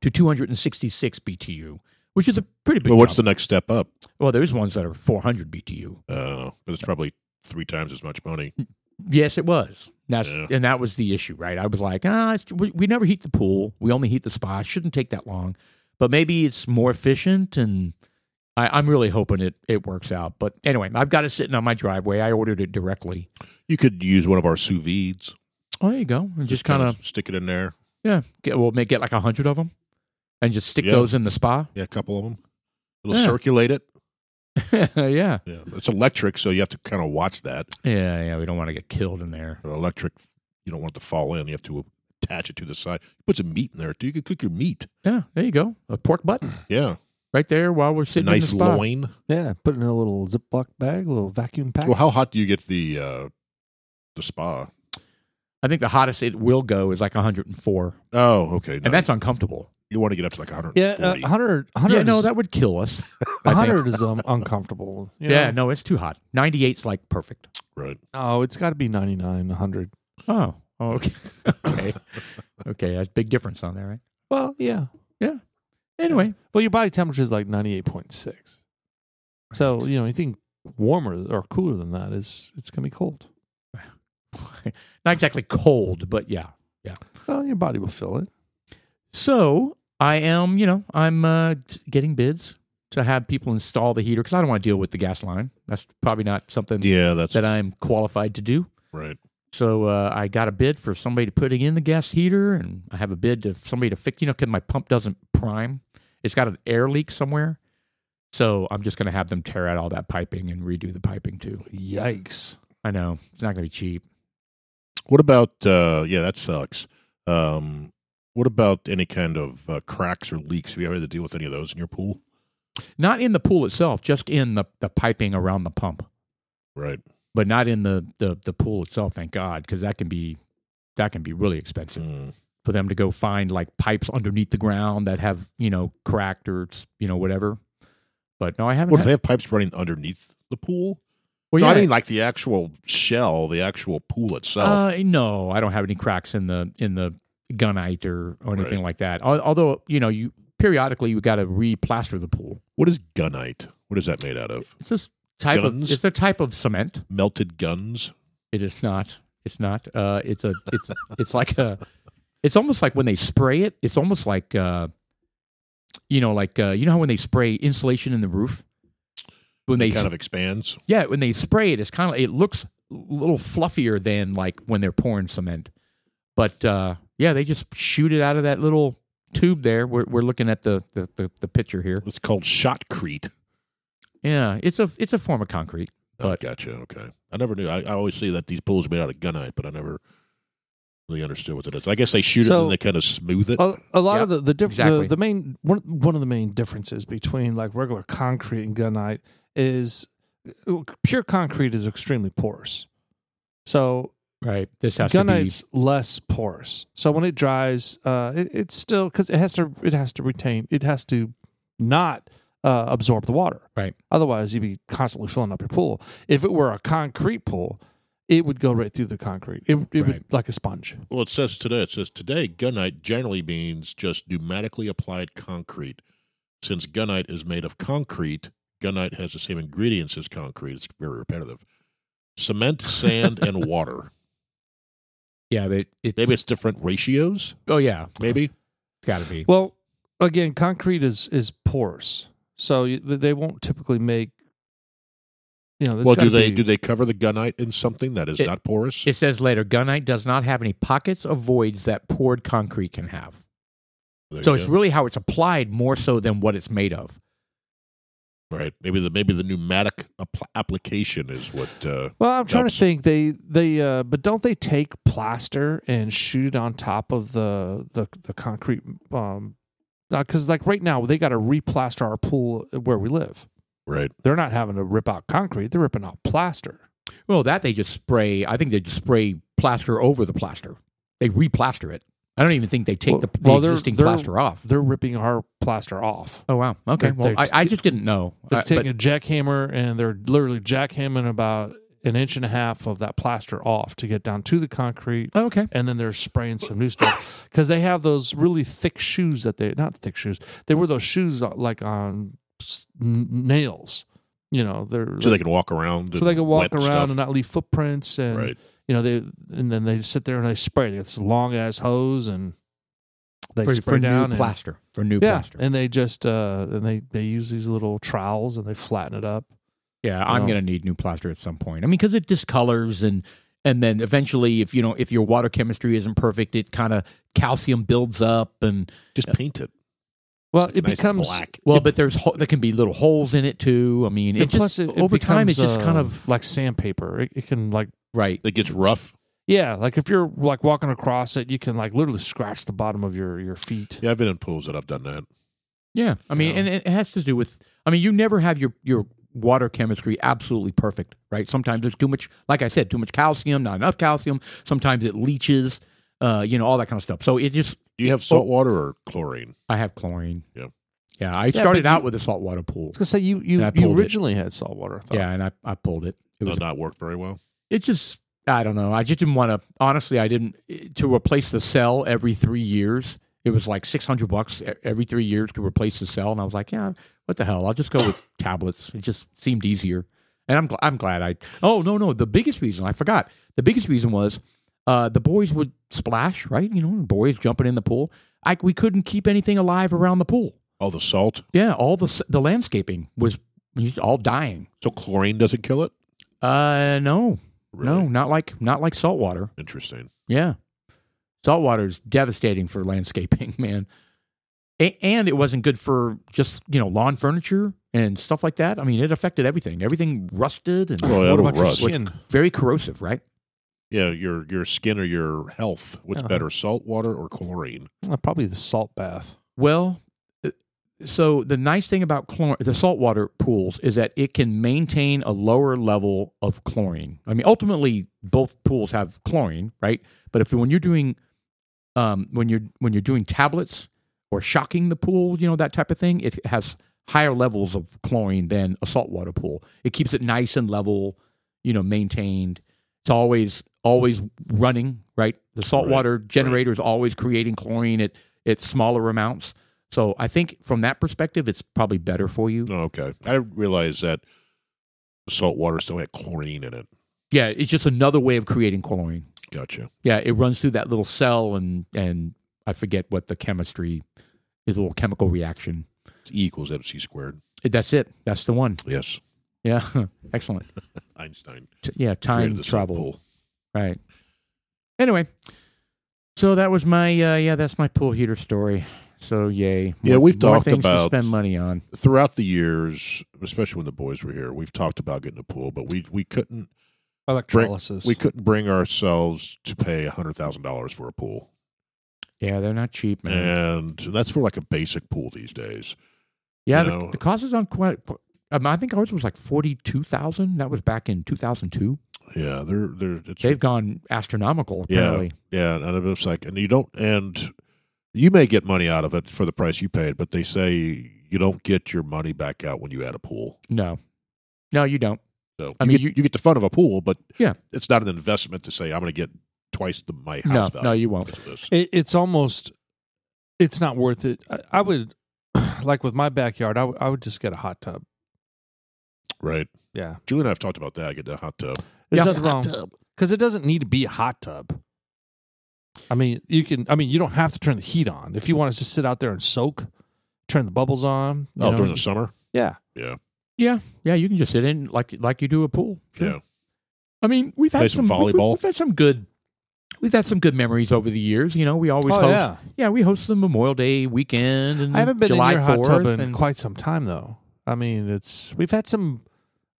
to 266 BTU, which is a pretty big. But what's jump. the next step up? Well, there's ones that are 400 BTU. Uh, but it's probably three times as much money. Mm. Yes, it was. That's, Yeah. And that was the issue, right? I was like, ah, it's, we, we never heat the pool. We only heat the spa. It shouldn't take that long. But maybe it's more efficient. And I, I'm really hoping it, it works out. But anyway, I've got it sitting on my driveway. I ordered it directly. You could use one of our sous vides. Oh, there you go. And just kind of, stick it in there. yeah, get, we'll make, get like 100 of them and just stick Yeah. those in the spa. Yeah, a couple of them. It'll Yeah. circulate it. yeah. Yeah, it's electric, so you have to kind of watch that. Yeah, yeah. We don't want to get killed in there. An electric, you don't want it to fall in. You have to attach it to the side. Put some meat in there too. You could cook your meat. Yeah, there you go. A pork butt Yeah, right there while we're sitting in nice the spa. loin. Yeah, put it in a little Ziploc bag, a little vacuum pack. Well, how hot do you get the uh, the spa? I think the hottest it will go is like 104, Oh, okay. no, and that's uncomfortable. you want to get up to like 140. yeah, uh, 100, 100, Yeah, no, is, that would kill us. I think. 100 is um, uncomfortable. you Yeah, know? no, it's too hot. 98's like perfect. right. No, Oh, it's got to be 99, 100. Oh, oh okay, okay, okay. That's a big difference on there, right? Well, yeah. Anyway, Well, your body temperature is like 98.6. So, you know, anything warmer or cooler than that is it's going to be cold. not exactly cold, but yeah. Well, your body will fill it. So I am, you know, I'm uh, t- getting bids to have people install the heater because I don't want to deal with the gas line. That's probably not something Yeah, that's that I'm qualified to do. right. So uh, I got a bid for somebody to putting in the gas heater, and I have a bid to somebody to fix. You know, because my pump doesn't prime; it's got an air leak somewhere. So I'm just going to have them tear out all that piping and redo the piping too. Yikes. I know it's not going to be cheap. What about? Uh, yeah, that sucks. Um, what about any kind of uh, cracks or leaks? Have you ever had to deal with any of those in your pool? Not in the pool itself, just in the the piping around the pump, Right. but not in the the the pool itself. Thank God, because that can be that can be really expensive Mm. for them to go find like pipes underneath the ground that have you know cracked or you know whatever. But no, I haven't. Well, do had- they have pipes running underneath the pool? Well, no, I yeah. mean like the actual shell, the actual pool itself. Uh, no, I don't have any cracks in the in the gunite or, or anything Right. like that. Al- Although you know, you periodically you got to replaster the pool. what is gunite? What is that made out of? It's this type Guns? of it's a type of cement. Melted guns? It is not. It's not. Uh, it's a. It's it's like a. It's almost like when they spray it. It's almost like uh, you know, like uh, you know how when they spray insulation in the roof. When It they kind of expands. Yeah, when they spray it, it's kind of it looks a little fluffier than like when they're pouring cement. But uh, yeah, they just shoot it out of that little tube there. We're, we're looking at the, the, the, the picture here. It's called shotcrete. Yeah, it's a it's a form of concrete. Oh, But- gotcha. Okay. I never knew. I, I always see that these pools are made out of gunite, but I never really understood what it is. I guess they shoot it So- and they kind of smooth it. A, a lot Yeah, of the the, diff- exactly. the the main one one of the main differences between like regular concrete and gunite is uh, pure concrete is extremely porous. So Right. This has gunite's less porous. So when it dries, uh, it, it's still because it has to it has to retain it has to not uh, absorb the water. Right. Otherwise, you'd be constantly filling up your pool. If it were a concrete pool, it would go right through the concrete. It, it would Right. like a sponge. Well, it says today, it says today, gunite generally means just pneumatically applied concrete. Since gunite is made of concrete, gunite has the same ingredients as concrete. It's very repetitive cement, sand, and water. Yeah, but it's, Maybe it's different ratios. oh yeah, Maybe. it's got to be. Well, again, concrete is is porous, so you, they won't typically make. You know, there's well, do gotta they be- do they cover the gunite in something that is It- not porous? It says later, gunite does not have any pockets or voids that poured concrete can have. There So you it's go. really how it's applied more so than what it's made of. right. Maybe the maybe the pneumatic apl- application is what. Uh, Well, I'm trying Helps. to think. They they uh, but don't they take plaster and shoot it on top of the the the concrete? Um, because like right now they got to replaster our pool where we live. right. They're not having to rip out concrete; they're ripping out plaster. Well, that they just spray. I think they just spray plaster over the plaster. They replaster it. I don't even think they take Well- the, the well, they're- existing they're- plaster off. They're ripping our plaster off. Oh wow. Okay. They're- well, they're I, t- I just didn't know. They're I- taking a jackhammer and they're literally jackhammering about an inch and a half of that plaster off to get down to the concrete but, oh, okay. and then they're spraying some new stuff because they have those really thick shoes that they not thick shoes they were those shoes uh, like on s- n- nails you know they're So they can walk around. so they and can walk wet around stuff. and not leave footprints and right. you know they and then they just sit there and they spray they got this long ass hose and they for, spray for down new and- plaster. For new yeah plaster. and they just uh and they they use these little trowels and they flatten it up Yeah, I'm know? going to need new plaster at some point. I mean, because it discolors and and then eventually, if you know, if your water chemistry isn't perfect, it kind of calcium builds up and Just paint it. well it nice becomes black. well, but there's ho- there can be little holes in it too. I mean, it and just plus it, it over time it becomes, just kind uh, of like sandpaper it, it can like right. It gets rough. Yeah, like if you're like walking across it, you can like literally scratch the bottom of your your feet. Yeah, I've been in pools that I've done that. Yeah, I mean, Yeah. and it has to do with. I mean, you never have your your water chemistry absolutely perfect, right? Sometimes there's too much, like I said, too much calcium, not enough calcium. Sometimes it leaches, uh, you know, all that kind of stuff. So it just, Do you have salt water or chlorine? I have chlorine. Yeah. yeah. I Yeah, started but out you- with a saltwater pool. I was gonna say you you, And I you pulled it. originally had saltwater. I thought. Yeah, and I, I pulled it. It was Does not work very well. it's just I don't know. I just didn't want to. Honestly, I didn't eh, to replace the cell every three years. It was like six hundred bucks e- every three years to replace the cell, and I was like, yeah, what the hell? I'll just go with tablets. It just seemed easier, and I'm gl- I'm glad I. Oh no no, the biggest reason I forgot. The biggest reason was. Uh, the boys would splash, right? You know, boys jumping in the pool. I, we couldn't keep anything alive around the pool. All Oh, the salt. Yeah, all the s- the landscaping was all dying. So chlorine doesn't kill it? Uh, no, no, Really? not like not like salt water. Interesting. Yeah. Saltwater is devastating for landscaping, man. A- and it wasn't good for just, you know, lawn furniture and stuff like that. I mean, it affected everything. Everything rusted and Well, what that'll about your rust. skin? very corrosive, right? Yeah, your your skin or your health. What's Uh-huh. better, salt water or chlorine? Uh, probably the salt bath. Well, uh, so the nice thing about chlor- the saltwater pools is that it can maintain a lower level of chlorine. I mean, ultimately, both pools have chlorine, right? But if when you're doing um, when you're when you're doing tablets or shocking the pool, you know that type of thing, it has higher levels of chlorine than a saltwater pool. It keeps it nice and level, you know, maintained. It's always always running, right? The saltwater generator is always creating chlorine at at smaller amounts. So I think from that perspective, it's probably better for you. Oh, okay. I realized that the salt water still had chlorine in it. Yeah, it's just another way of creating chlorine. Gotcha. Yeah, it runs through that little cell, and and I forget what the chemistry is. A little chemical reaction. It's E equals MC squared. That's it. That's the one. Yes. Yeah, excellent. Einstein. T- yeah, created time the salt travel. pool. Right. Anyway, so that was my uh, yeah, that's my pool heater story. So yay. Yeah, we've more talked things about- to spend money on. Throughout the years, especially when the boys were here, we've talked about getting a pool, but we, we couldn't Electrolysis. we couldn't bring ourselves to pay hundred thousand dollars for a pool. Yeah, they're not cheap, man. And that's for like a basic pool these days. Yeah, You the, know- the cost is on quite. Um, I think ours was like forty two thousand. That was back in two thousand two. Yeah, they're they're it's They've gone astronomical. Yeah. Apparently, Yeah, and it's like, and you don't, and you may get money out of it for the price you paid, but they say you don't get your money back out when you add a pool. no, no, you don't. So I you mean, get, you- you, get the fun of a pool, but Yeah. it's not an investment to say I'm going to get twice the, my No, house value. no, you won't. because of this. It, it's almost, it's not worth it. I, I would, like with my backyard, I would- I would just get a hot tub. Right. Yeah, Julie and I have talked about that. Get the hot tub. there's Yeah. nothing wrong because it doesn't need to be a hot tub. I mean, you can. I mean, you don't have to turn the heat on if you want us to sit out there and soak. Turn the bubbles on. you Oh, know. during the summer. yeah. Yeah, yeah, you can just sit in like like you do a pool. Sure. Yeah. I mean, we've had Play some we- we- volleyball. We've had some good. We've had some good memories over the years. You know, we always Oh host. yeah. yeah, we host the Memorial Day weekend. And I haven't been July in your hot tub 4th in and- quite some time, though. I mean, it's we've had some,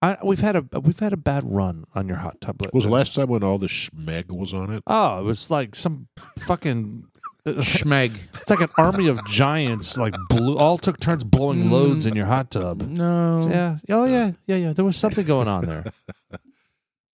I, we've had a we've had a bad run on your hot tub. What was the last time when all the schmeg was on it? Oh, it was like some fucking. It's Schmeg. like an army of giants, like blew, all took turns blowing Mm. loads in your hot tub. No. Yeah. Oh yeah. Yeah yeah. There was something going on there. Uh,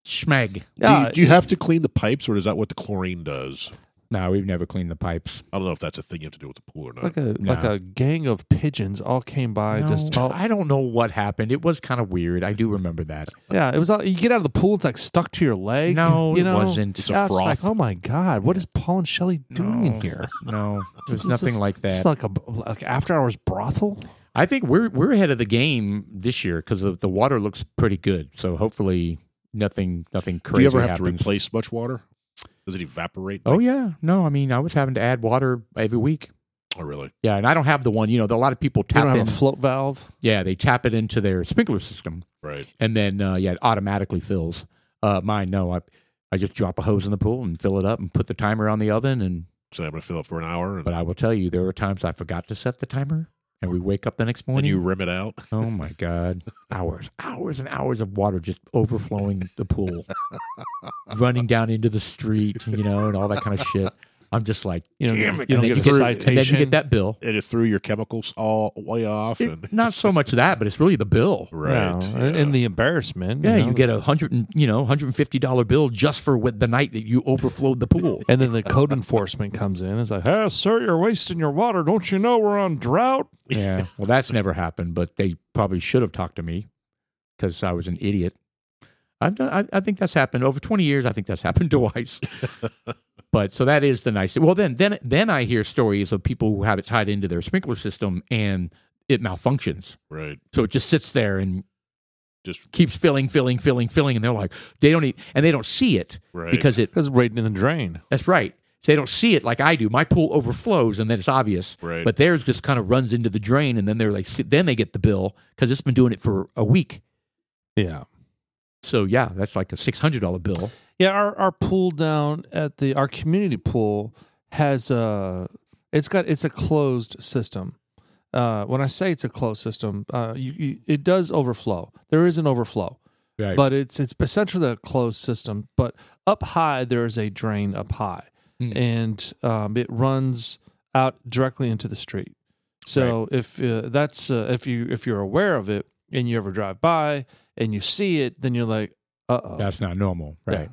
Schmeg. do, Yeah. you, do you have to clean the pipes, or is that what the chlorine does? No, we've never cleaned the pipes. I don't know if that's a thing you have to do with the pool or not. like a No. like a gang of pigeons all came by. No, Just all, I don't know what happened. It was kind of weird. I do remember that. yeah. It was all you get out of the pool. It's like stuck to your leg. no, you it know? wasn't. It's a Yeah, it's like, froth. oh my god, what is Paul and Shelley doing No. here? No, there's This nothing is- like It's that. like a like after hours brothel. I think we're we're ahead of the game this year because the, the water looks pretty good. So hopefully nothing nothing crazy. do you ever have happens. to replace much water? Does it evaporate? Oh yeah, no. I mean, I was having to add water every week. Oh, really? Yeah, and I don't have the one. You know, a lot of people You tap don't in. have a float valve. yeah, they tap it into their sprinkler system, Right. and then uh, yeah, it automatically fills. Uh, mine, no. I I just drop a hose in the pool and fill it up and put the timer on the oven. And So I'm going to fill it for an hour, and but I will tell you, there were times I forgot to set the timer, and we wake up the next then morning. you rim it out. Oh my God. hours, hours and hours of water just overflowing the pool, running down into the street, you know, and all that kind of shit. I'm just like, You know, Damn you it, don't get and then a you get- citation. and then you get that bill. And it threw your chemicals all way off. It- And not so much that, but it's really the bill. right. No, yeah. and- and the embarrassment. Yeah, know. you get a hundred and you know hundred and fifty dollar bill just for what, the night that you overflowed the pool. And then the code enforcement comes in. It's like, hey, sir, you're wasting your water. Don't you know we're on drought? yeah, well, that's never happened, but they probably should have talked to me because I was an idiot. I've done, I, I think that's happened over twenty years. I think that's happened twice. but so that is the nice. Well, then then then I hear stories of people who have it tied into their sprinkler system and it malfunctions, right. so it just sits there and Just keeps filling, filling, filling, filling, and they're like they don't eat, and they don't see it right. because it. Because right in the drain. That's right. So they don't see it like I do. My pool overflows, and then it's obvious right. but theirs just kind of runs into the drain and then they're like then they get the bill because it's been doing it for a week Yeah. so yeah that's like a $600 bill Yeah, our, our pool down at the our community pool has a it's got it's a closed system. Uh, when I say it's a closed system, uh, you, you, it does overflow. There is an overflow, right but it's it's essentially a closed system. But up high there is a drain up high, Hmm. and um, it runs out directly into the street. So if uh, that's uh, if you if you're aware of it and you ever drive by and you see it, then you're like, uh oh, that's not normal right yeah.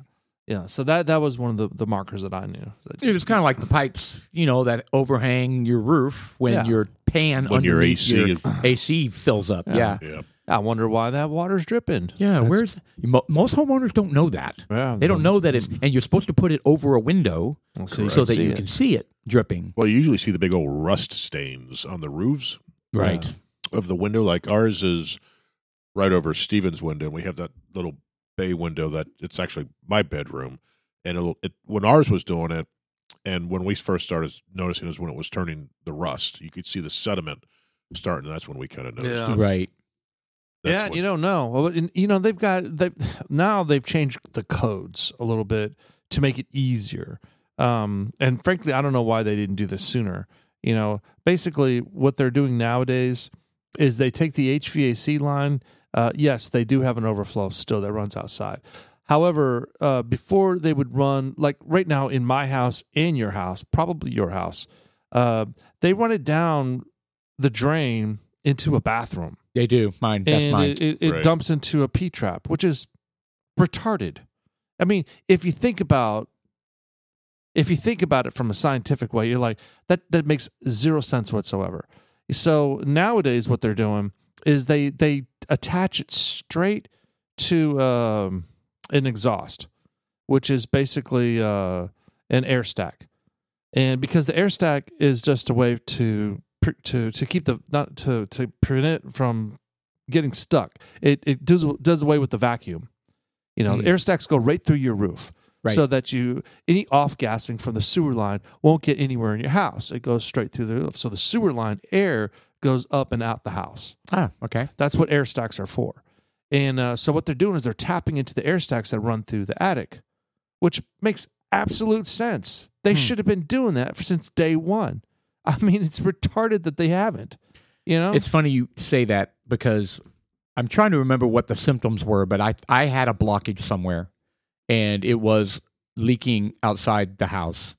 Yeah. So that that was one of the, the markers that I knew. So- it was kind of like the pipes you know that overhang your roof when Yeah. your pan when your underneath AC, your is- AC fills up Yeah. yeah yeah, yeah, I wonder why that water's dripping. That's- where's mo- most homeowners don't know that yeah, they don't know that it's and you're supposed to put it over a window Well, so you so can that see you it. can see it dripping Well, you usually see the big old rust stains on the roofs Right. of the window. Like ours is right over Steven's window. And we have that little bay window that it's actually my bedroom. And it'll, it when ours was doing it, and when we first started noticing is when it was turning the rust. You could see the sediment starting. That's when we kind of noticed. Yeah. It. right That's yeah, when- you don't know. Well, and, you know they've got they now they've changed the codes a little bit to make it easier. Um, and frankly, I don't know why they didn't do this sooner. You know, basically what they're doing nowadays is they take the HVAC line. Uh, yes, they do have an overflow still that runs outside. However, uh, before they would run like right now in my house, in your house, probably your house, uh, they run it down the drain into a bathroom they do mine that's and mine it, it, it Right. dumps into a P trap, which is retarded. I mean, if you think about if you think about it from a scientific way, you're like that that makes zero sense whatsoever. So nowadays, what they're doing is they they attach it straight to um, an exhaust, which is basically uh, an air stack, and because the air stack is just a way to pr- to to keep the not to to prevent it from getting stuck. It it does does away with the vacuum. You know, Mm. the air stacks go right through your roof. Right. So that you any off gassing from the sewer line won't get anywhere in your house. It goes straight through the roof. So the sewer line air goes up and out the house. Ah, okay. That's what air stacks are for. And uh, so what they're doing is they're tapping into the air stacks that run through the attic, which makes absolute sense. They Hmm. should have been doing that since day one. I mean, it's retarded that they haven't. You know, It's funny you say that because I'm trying to remember what the symptoms were, but I I had a blockage somewhere, and it was leaking outside the house,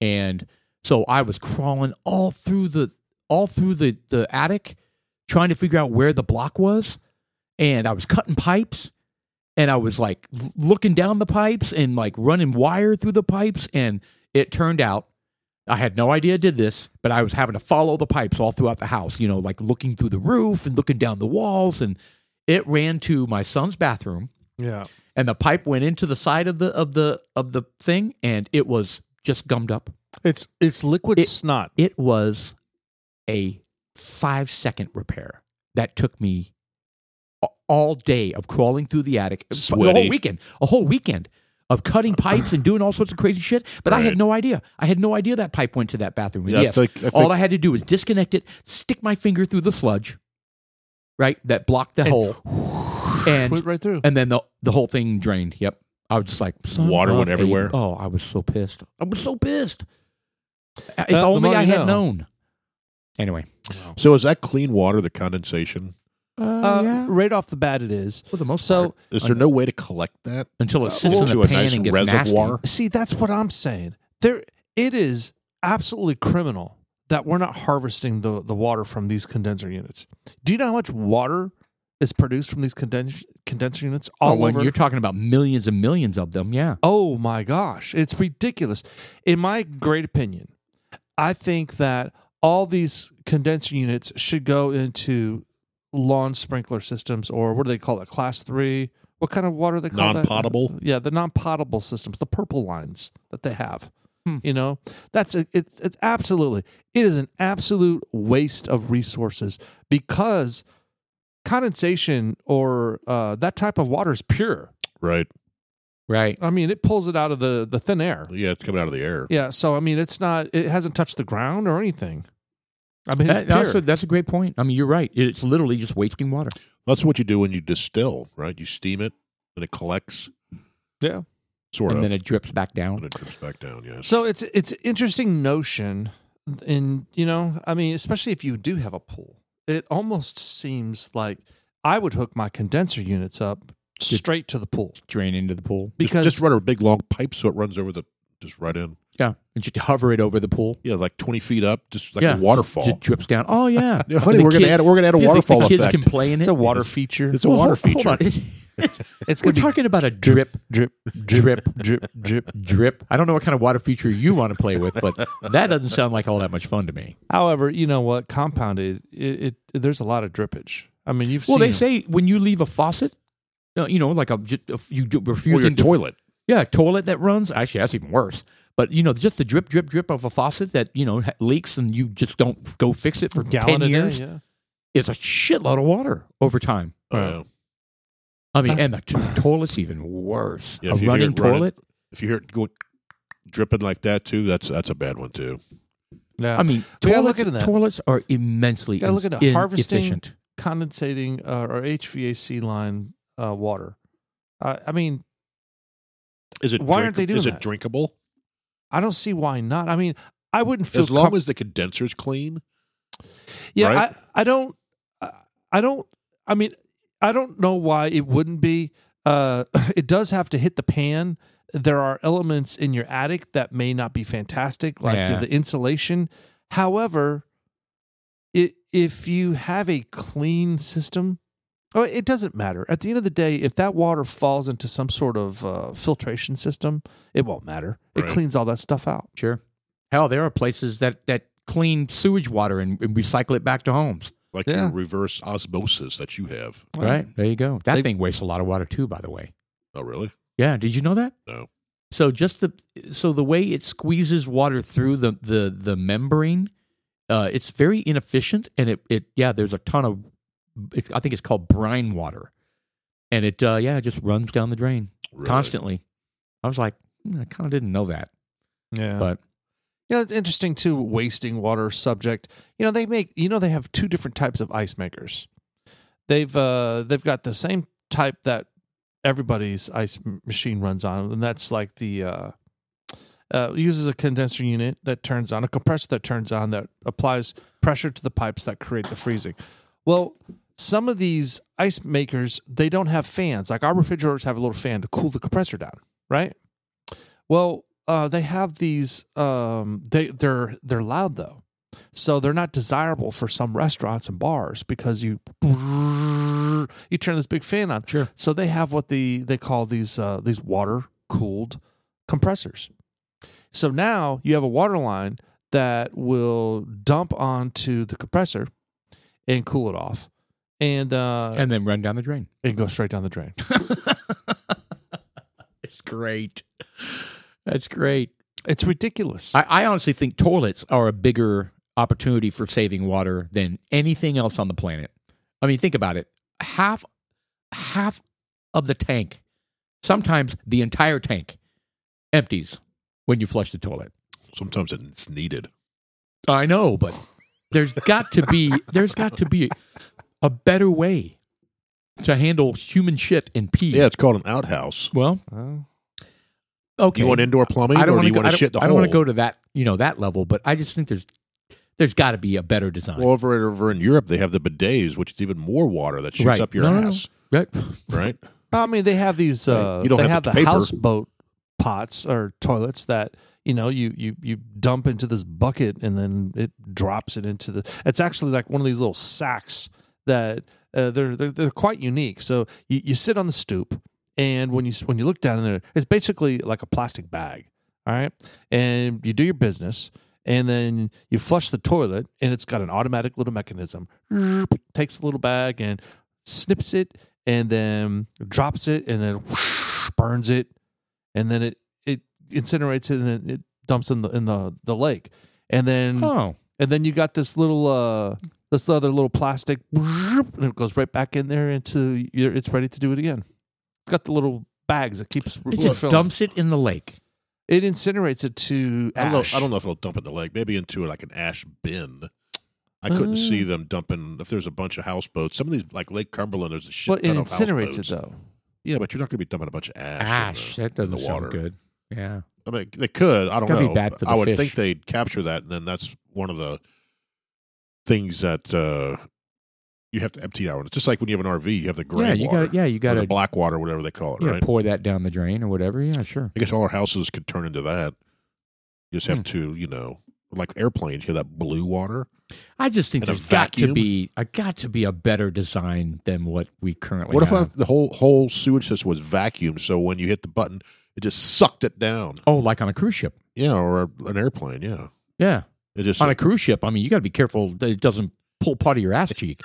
and so I was crawling all through the all through the the attic, trying to figure out where the block was, and I was cutting pipes, and I was like l- looking down the pipes and like running wire through the pipes, and it turned out I had no idea I did this, but I was having to follow the pipes all throughout the house, you know, like looking through the roof and looking down the walls. And it ran to my son's bathroom yeah, and the pipe went into the side of the of the of the thing and it was just gummed up. it's it's liquid It- snot. It was a five second repair that took me a- all day of crawling through the attic. A Sweaty. whole weekend. A whole weekend of cutting pipes and doing all sorts of crazy shit. But I Right. had no idea. I had no idea that pipe went to that bathroom. Yeah, I Yes, think- I all think- I had to do was disconnect it, stick my finger through the sludge, right? That blocked the And- hole. Went And right through. and then the the whole thing drained. Yep. I was just like son Water of went a- everywhere. Oh, I was so pissed. I was so pissed. If the only more I you had know. known. Anyway. So is that clean water, the condensation? Uh, Uh, yeah. Right off the bat, it is. For the most part. So Is there no way to collect that until it uh, sits well- in to a, a pan nice and gets reservoir? See, that's what I'm saying. There, it is absolutely criminal that we're not harvesting the, the water from these condenser units. Do you know how much water is produced from these condens- condenser units all Oh, when over? you're talking about millions and millions of them, yeah. oh my gosh, it's ridiculous. In my great opinion, I think that all these condenser units should go into lawn sprinkler systems, or what do they call it? Class three. What kind of water they call that? non-potable? yeah the non-potable systems the purple lines that they have Hmm. you know that's a, it's it's absolutely it is an absolute waste of resources because condensation or uh, that type of water is pure Right. Right. i mean it pulls it out of the the thin air Yeah, it's coming out of the air. yeah so i mean it's not it hasn't touched the ground or anything i mean it's That- pure. that's, a, that's a great point. I mean, you're right. It's literally just wasting water. That's what you do when you distill, right? You steam it, and it collects. Yeah. Sort and of. then it drips back and down. it drips back down. Yeah. So it's it's an interesting notion, and you know, I mean, especially if you do have a pool, it almost seems like I would hook my condenser units up straight to the pool Drain into the pool. Just- because just, run a big long pipe so it runs over the just right in. Yeah. And just hover it over the pool. Yeah, like twenty feet up, just like Yeah. a waterfall. Just drips down. Oh, yeah. Yeah, honey, The we're gonna kid- add we're gonna add a you think waterfall the kids effect. can play in it. it's a water Yes. feature. It's a Well, water hold- hold feature. on. it's gonna We're be talking about a drip, drip drip, drip, drip, drip. I don't know what kind of water feature you want to play with, but that doesn't sound like all that much fun to me. However, you know what? Compounded, it, it there's a lot of drippage. I mean, you've Well, seen they say when you leave a faucet, uh, you know, like a, ju- if you do, or your refusing to, toilet. yeah, toilet that runs. Actually, that's even worse. But you know, just the drip, drip, drip of a faucet that you know ha- leaks, and you just don't go fix it for gallon ten a years. day. Yeah. It's a shitload of water over time. Oh, Right. yeah. I mean, and the t- toilet's even worse. Yeah, a if you hear running it running- toilet. If you hear it going dripping like that too, that's that's a bad one too. yeah. I mean, We gotta toilets, look into that. toilets are immensely Gotta look in- into harvesting- inefficient. condensating uh, or HVAC line uh, water. Uh, I mean, Is it Why drink- aren't they doing is that? it drinkable? I don't see why not. I mean, I wouldn't feel As long com- as the condenser's clean. Yeah, Right? I, I don't, I- I don't. I mean, I don't know why it wouldn't be. Uh, it does have to hit the pan. There are elements in your attic that may not be fantastic, like Yeah. the insulation. However, it, if you have a clean system, oh, it doesn't matter. At the end of the day, if that water falls into some sort of uh, filtration system, it won't matter. It Right. cleans all that stuff out. Sure. Hell, there are places that that clean sewage water and, and recycle it back to homes. like Yeah. your reverse osmosis that you have. Right. There you go. That They- thing wastes a lot of water too, by the way. Oh, really? Yeah. Did you know that? No. So just the so the way it squeezes water through the the the membrane, uh, it's very inefficient, and it it yeah, there's a ton of, it's, I think it's called brine water, and it uh, yeah, it just runs down the drain Really? constantly. I was like, "Hmm, I kind of didn't know that, Yeah. but Yeah, it's interesting too. Wasting water subject. You know, they make. You know, they have two different types of ice makers. They've uh they've got the same type that everybody's ice m- machine runs on, and that's like the uh, uh uses a condenser unit that turns on a compressor that turns on that applies pressure to the pipes that create the freezing. Well, some of these ice makers they don't have fans. Like our refrigerators have a little fan to cool the compressor down, right? Well, uh, they have these. Um, they they're they're loud though, so they're not desirable for some restaurants and bars because you you turn this big fan on. Sure. So they have what the they call these uh, these water cooled compressors. So now you have a water line that will dump onto the compressor and cool it off, and uh, and, and then run down the drain. go straight down the drain. It's great. That's great. It's ridiculous. I, I honestly think toilets are a bigger opportunity for saving water than anything else on the planet. I mean, think about it. Half half of the tank, sometimes the entire tank, empties when you flush the toilet. Sometimes it's needed. I know, but there's got to be there's got to be a better way to handle human shit and pee. Yeah, it's called an outhouse. Well, Oh. okay. You want indoor plumbing, I or don't do wanna you go- want I to don't- shit the I hole? don't want to go to that you know that level, but I just think there's there's got to be a better design. Well, over, over in Europe, they have the bidets, which is even more water that shoots Right. up your No, no, no. ass, right? right? I mean, they have these. Uh, You don't they have have, the the, paper. houseboat pots or toilets that you know you you you dump into this bucket and then it drops it into the. It's actually like one of these little sacks that uh, they're, they're they're quite unique. So you, you sit on the stoop and when you s- when you look down in there, it's basically like a plastic bag. All right, and you do your business. And then you flush the toilet, and it's got an automatic little mechanism. Takes the little bag and snips it and then drops it and then burns it and then it it incinerates it and then it dumps in the in the the lake and then Oh, and then you got this little uh this other little plastic and it goes right back in there into your, it's ready to do it again it's got the little bags that keeps it just refilling. dumps it in the lake. it incinerates it to I don't, know, ash. I don't know if it'll dump in the lake, maybe into like an ash bin. I couldn't Uh. see them dumping if there's a bunch of houseboats. Some of these, like Lake Cumberland, there's a shit but it ton of incinerates it houseboats. though Yeah, but you're not going to be dumping a bunch of ash. in Ash, the- that in doesn't the sound water. good. Yeah, I mean, they could. I don't Gotta be know. bad for the I would fish. think they'd capture that, and then that's one of the things that uh, you have to empty out. It's just like when you have an RV, you have the gray yeah, you water, got yeah, you or got the to black water, whatever they call it, you know, right? pour that down the drain or whatever. Yeah, sure. I guess all our houses could turn into that. You Hmm. just have to, you know, like airplanes, you have that blue water. I just think And a there's got to vacuum? be I got to be a better design than what we currently. what if have. I, the whole whole sewage system was vacuumed, so when you hit the button, it just sucked it down? Oh, like on a cruise ship. Yeah, or an airplane, yeah. Yeah, It just, on a cruise ship. I mean, you got to be careful that it doesn't pull part of your ass cheek.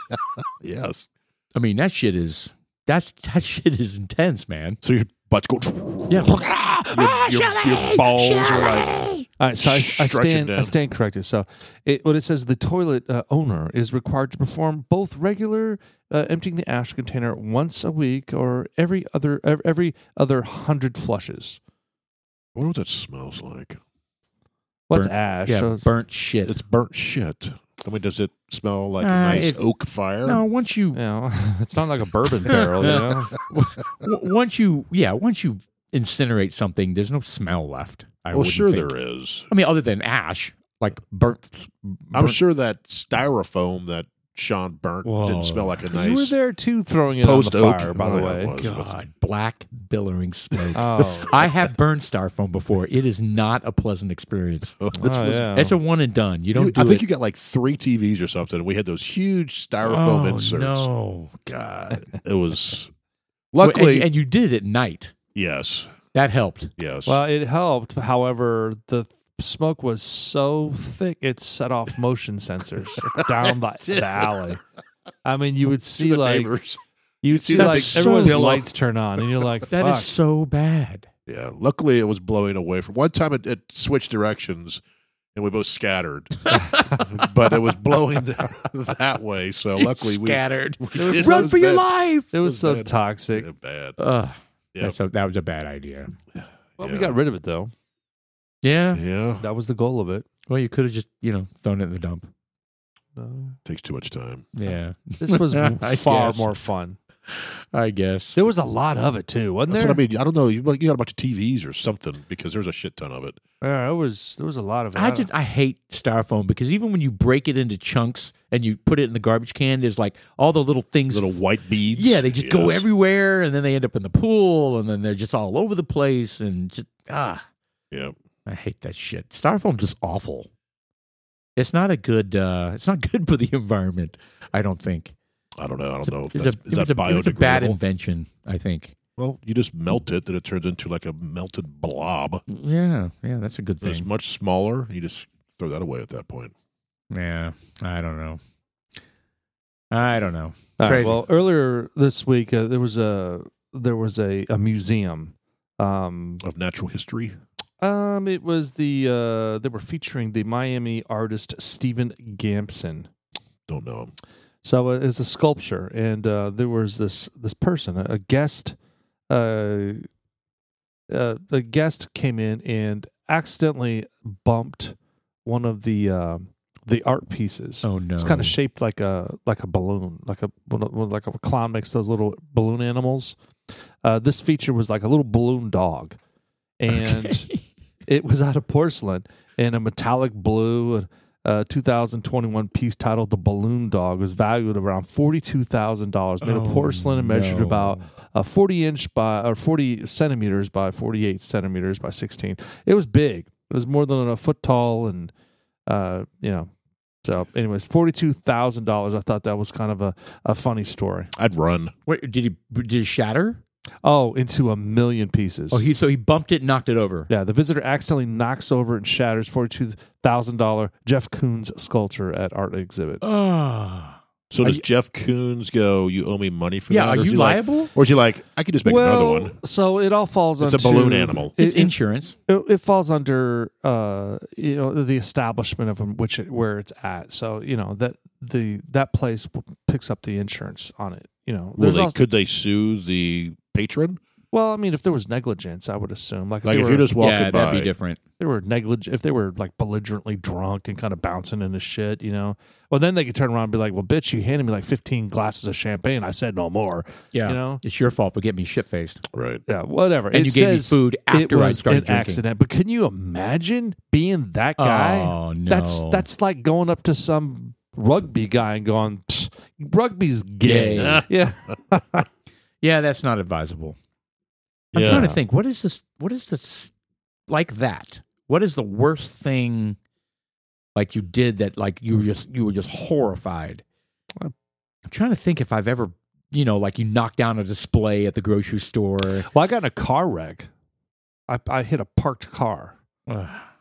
yes. I mean, that shit is that's that shit is intense, man. So your butts go, Yeah. your, Ah, your, your balls are like, All right, so I, I Stretch it stand. I down. stand corrected. So, it, what it says, the toilet uh, owner is required to perform both regular uh, emptying the ash container once a week or every other ev- every other hundred flushes. I wonder what that smells like. What's Burnt- ash? Yeah, So it's- burnt shit. It's burnt shit. I mean, does it smell like Uh, a nice it- oak fire? no, once you you know, it's not like a bourbon barrel. You know? W- once you yeah once you incinerate something there's no smell left i well, sure think. there is. i mean other than ash like burnt, I'm burnt- sure that styrofoam that Sean burnt Whoa. didn't smell like a You were nice. there too, throwing it Post on the oak. fire. By Oh, the yeah, way, it was. god black billowing smoke oh, i have burned styrofoam before it is not a pleasant experience Oh, this oh, was- yeah. it's a one and done you don't you- do I think it you got like three TVs or something, and we had those huge styrofoam oh, inserts. no god It was Well, and- luckily and, you did it at night yes, that helped yes. well, it helped. However, the smoke was so thick it set off motion sensors down the, the alley. I mean, you would see the like neighbors. you'd see that like big everyone's pillow. lights turn on, and you're like, That is "Fuck." so bad. Yeah. Luckily, it was blowing away from one time it, it switched directions and we both scattered, but it was blowing that, that way. So luckily, we. scattered. It was- Run it was for your bad. life. it was was so bad. toxic. Yeah, bad. Ugh, Yeah. that's a, that was a bad idea. Well, Yeah. we got rid of it though. Yeah. Yeah. That was the goal of it. Well, you could have just you know thrown it in the dump. No. Takes too much time. Yeah. This was I far guess. more fun. I guess. There was a lot of it too, wasn't That's there? what I mean. I don't know. You, you got a bunch of TVs or something because there's a shit ton of it. Yeah, it was. There was a lot of it. I don't- just I hate styrofoam because even when you break it into chunks and you put it in the garbage can, there's like all the little things. Little white beads. yeah, they just go Yes. everywhere, and then they end up in the pool, and then they're just all over the place, and just ah, Yeah. I hate that shit. Styrofoam's just awful. It's not a good. uh It's not good for the environment. I don't think. I don't know. I don't know if It's a- that's it is that was a- it was a bad biodegradable. invention. I think. well, you just melt it, then it turns into like a melted blob. Yeah, yeah, that's a good It's thing. much smaller. You just throw that away at that point. Yeah, I don't know. I don't All know. right, Crazy. well, earlier this week uh, there was a there was a, a museum. Um, Of natural history. um, it was the uh, they were featuring the Miami artist Stephen Gamson. Don't know 'em. So uh, it's a sculpture, and uh, there was this this person, a, a guest, uh, uh, a guest came in and accidentally bumped one of the uh, the art pieces. Oh no, It's kind of shaped like a like a balloon, like a one of- one- like a clown makes those little balloon animals. Uh, this feature was like a little balloon dog, and it was out of porcelain in a metallic blue. Uh, 2021 piece titled "The Balloon Dog" was valued around forty-two thousand dollars, made of Oh, porcelain and measured no. about uh, 40 inch by or 40 centimeters by 48 centimeters by 16. It was big. It was more than a foot tall, and uh, you know. So, anyways, forty-two thousand dollars. I thought that was kind of a, a funny story. I'd run. Wait, did he did he shatter? Oh, into a million pieces. Oh, he so he bumped it, and knocked it over. yeah, the visitor accidentally knocks over and shatters forty-two thousand dollar Jeff Koons sculpture at art exhibit. Oh. So Are does you- Jeff Koons go? You owe me money for Yeah, that? are or is you he like- liable? or is he like? I could just make another one. So it all falls It's under a balloon animal. It- it's it- insurance. it, it falls under uh you know the establishment of which it, where it's at so you know that the that place w- picks up the insurance on it you know Will There's they, also- could they sue the patron? well i mean if there was negligence i would assume like if, Like they, if were, you're just walking yeah, by, that'd be different. they were negligent if they were like belligerently drunk and kind of bouncing into shit you know well then they could turn around and be like well bitch you handed me like 15 glasses of champagne i said no more Yeah, you know it's your fault for getting me shit faced, right? yeah whatever and It you gave me says food it after was I started an drinking. accident but can you imagine being that guy Oh no, That's that's like going up to some rugby guy and going, "Psh, "Rugby's gay." Gay. Yeah, yeah, that's not advisable. I'm Yeah. trying to think. What is this? What is this like that? What is the worst thing like you did that like you were just you were just horrified? I'm trying to think if I've ever you know like you knocked down a display at the grocery store. Well, I got in a car wreck. I I hit a parked car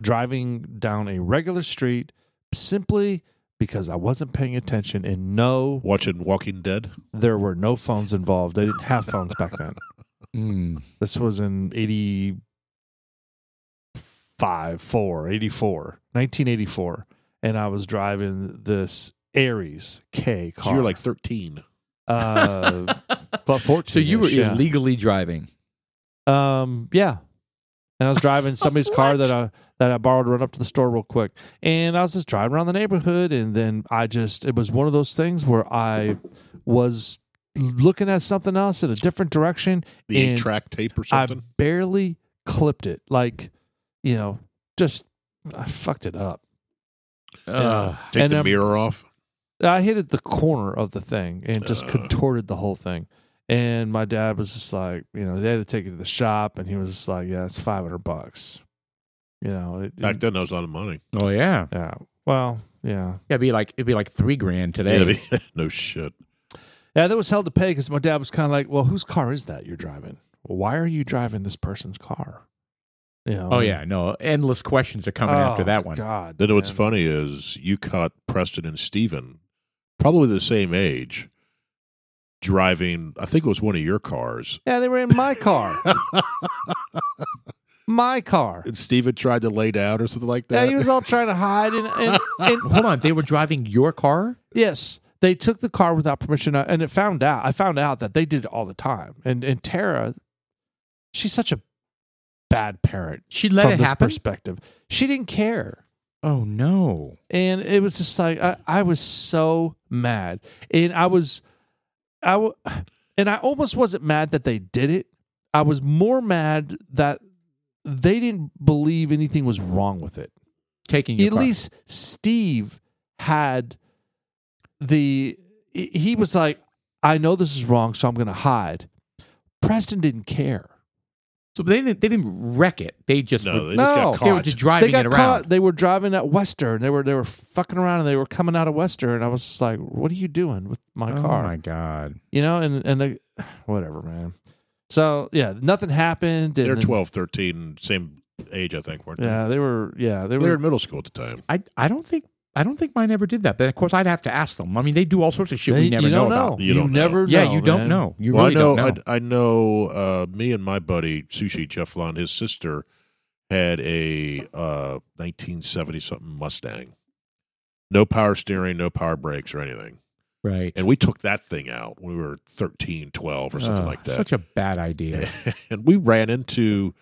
driving down a regular street simply because I wasn't paying attention. And no, Watching Walking Dead. there were no phones involved. They didn't have phones back then. Mm. This was in 85, 4, 84, 1984. And I was driving this Aries K car. So you're like 13. Uh, but 14. so you were yeah. illegally driving. Um, yeah. And I was driving somebody's car that I that I borrowed to run up to the store real quick. And I was just driving around the neighborhood and then I just it was one of those things where I was looking at something else in a different direction. The eight And track tape or I something. barely clipped it. Like, you know, just I fucked it up. Ugh. Take and, the um, mirror off. I hit at the corner of the thing and just Uh. contorted the whole thing. And my dad was just like, you know, they had to take it to the shop, and he was just like, yeah, it's five hundred bucks. You know, it, Back then, that was a lot of money. Oh yeah, yeah. Well, yeah, yeah. It'd be like it'd be like three grand today. Yeah, I mean, no shit. yeah. That was hell to pay because my dad was kind of like, well, whose car is that you're driving? Why are you driving this person's car? You know, Oh yeah, no, endless questions are coming after Oh, that one. God. Then what's man. funny is you caught Preston and Steven, probably the same age, driving, I think it was one of your cars. Yeah, they were in my car. my car. And Steven tried to lay down or something like Yeah, that. he was all trying to hide. And, and, and Hold on, they were driving your car. yes, they took the car without permission. uh, And it found out, I found out that they did it all the time. And, and Tara, she's such a bad parent She let from it this happen. perspective. She didn't care. oh no! and it was just like I, I was so mad and i was i w- and i almost wasn't mad that they did it i was more mad that they didn't believe anything was wrong with it Taking your at car. least steve had the he he was like i know this is wrong so i'm going to hide preston didn't care So they didn't, they didn't wreck it. They just no, were, they just No, got they were caught. just driving they it got around. caught. They were driving at Western. They were they were fucking around and they were coming out of Western. And I was just like, "What are you doing with my oh car?" my god! You know, and and they, whatever, man. So yeah, nothing happened. and They're then- 12, 13, same age, I think, weren't they? Yeah, they were. Yeah, they They were were. in middle school at the time. I I don't think I don't think mine ever did that. But of course, I'd have to ask them. I mean, they do all sorts of shit they- we never you don't know about. know. You don't know. never know. yeah, you don't man. know. You well, really I know, don't know. I, I know. Uh, me and my buddy Sushi Cheflon, his sister, had a uh, 1970 something Mustang. No power steering, no power brakes or anything. right. And we took that thing out when we were 13, 12 or something Oh, like that. Such a bad idea. and we ran into,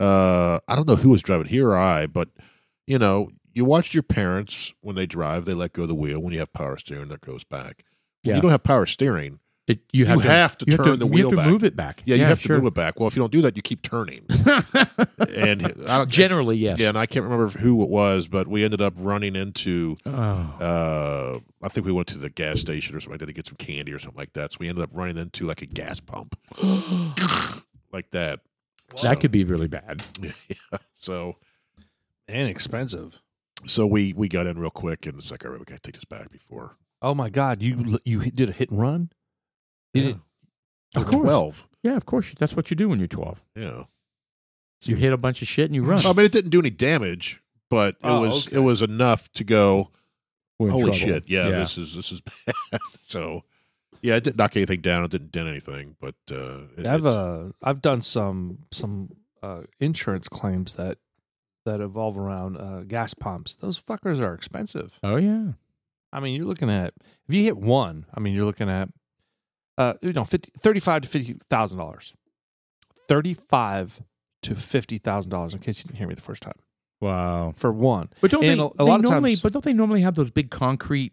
uh, I don't know who was driving, here or I, but, you know, you watch your parents when they drive, they let go of the wheel. When you have power steering, that goes back. When Yeah. You don't have power steering. It, you have to, to you have turn the you wheel have to back. move it back. Yeah, you have to sure. move it back. Well, if you don't do that, you keep turning. and I don't Generally, yes. Yeah, and I can't remember who it was, but we ended up running into. Oh. Uh, I think we went to the gas station or something like that to get some candy or something like that. So we ended up running into like a gas pump, like that. that could be really bad. So And expensive. so we we got in real quick, and it's like, all right, we got to take this back before. Oh my God, you you hit- did a hit and run. You Yeah. did- I Of was course. Twelve. Yeah, of course. That's what you do when you're 12. Yeah. You hit a bunch of shit and you run. I mean, it didn't do any damage, but it Oh, was okay. it was enough to go. We're in Holy trouble. shit! Yeah, this is this is bad. so, yeah, it didn't knock anything down. It didn't dent anything, but uh, it, I've it's- uh I've done some some uh insurance claims that that evolve around uh gas pumps. Those fuckers are expensive. Oh, yeah. I mean, you're looking at if you hit one, I mean, you're looking at uh you know 50, 35 to 50,000 dollars. 35 to 50,000 dollars in case you didn't hear me the first time. Wow. For one. But don't And they, a- a lot they of normally, times- but don't they normally have those big concrete,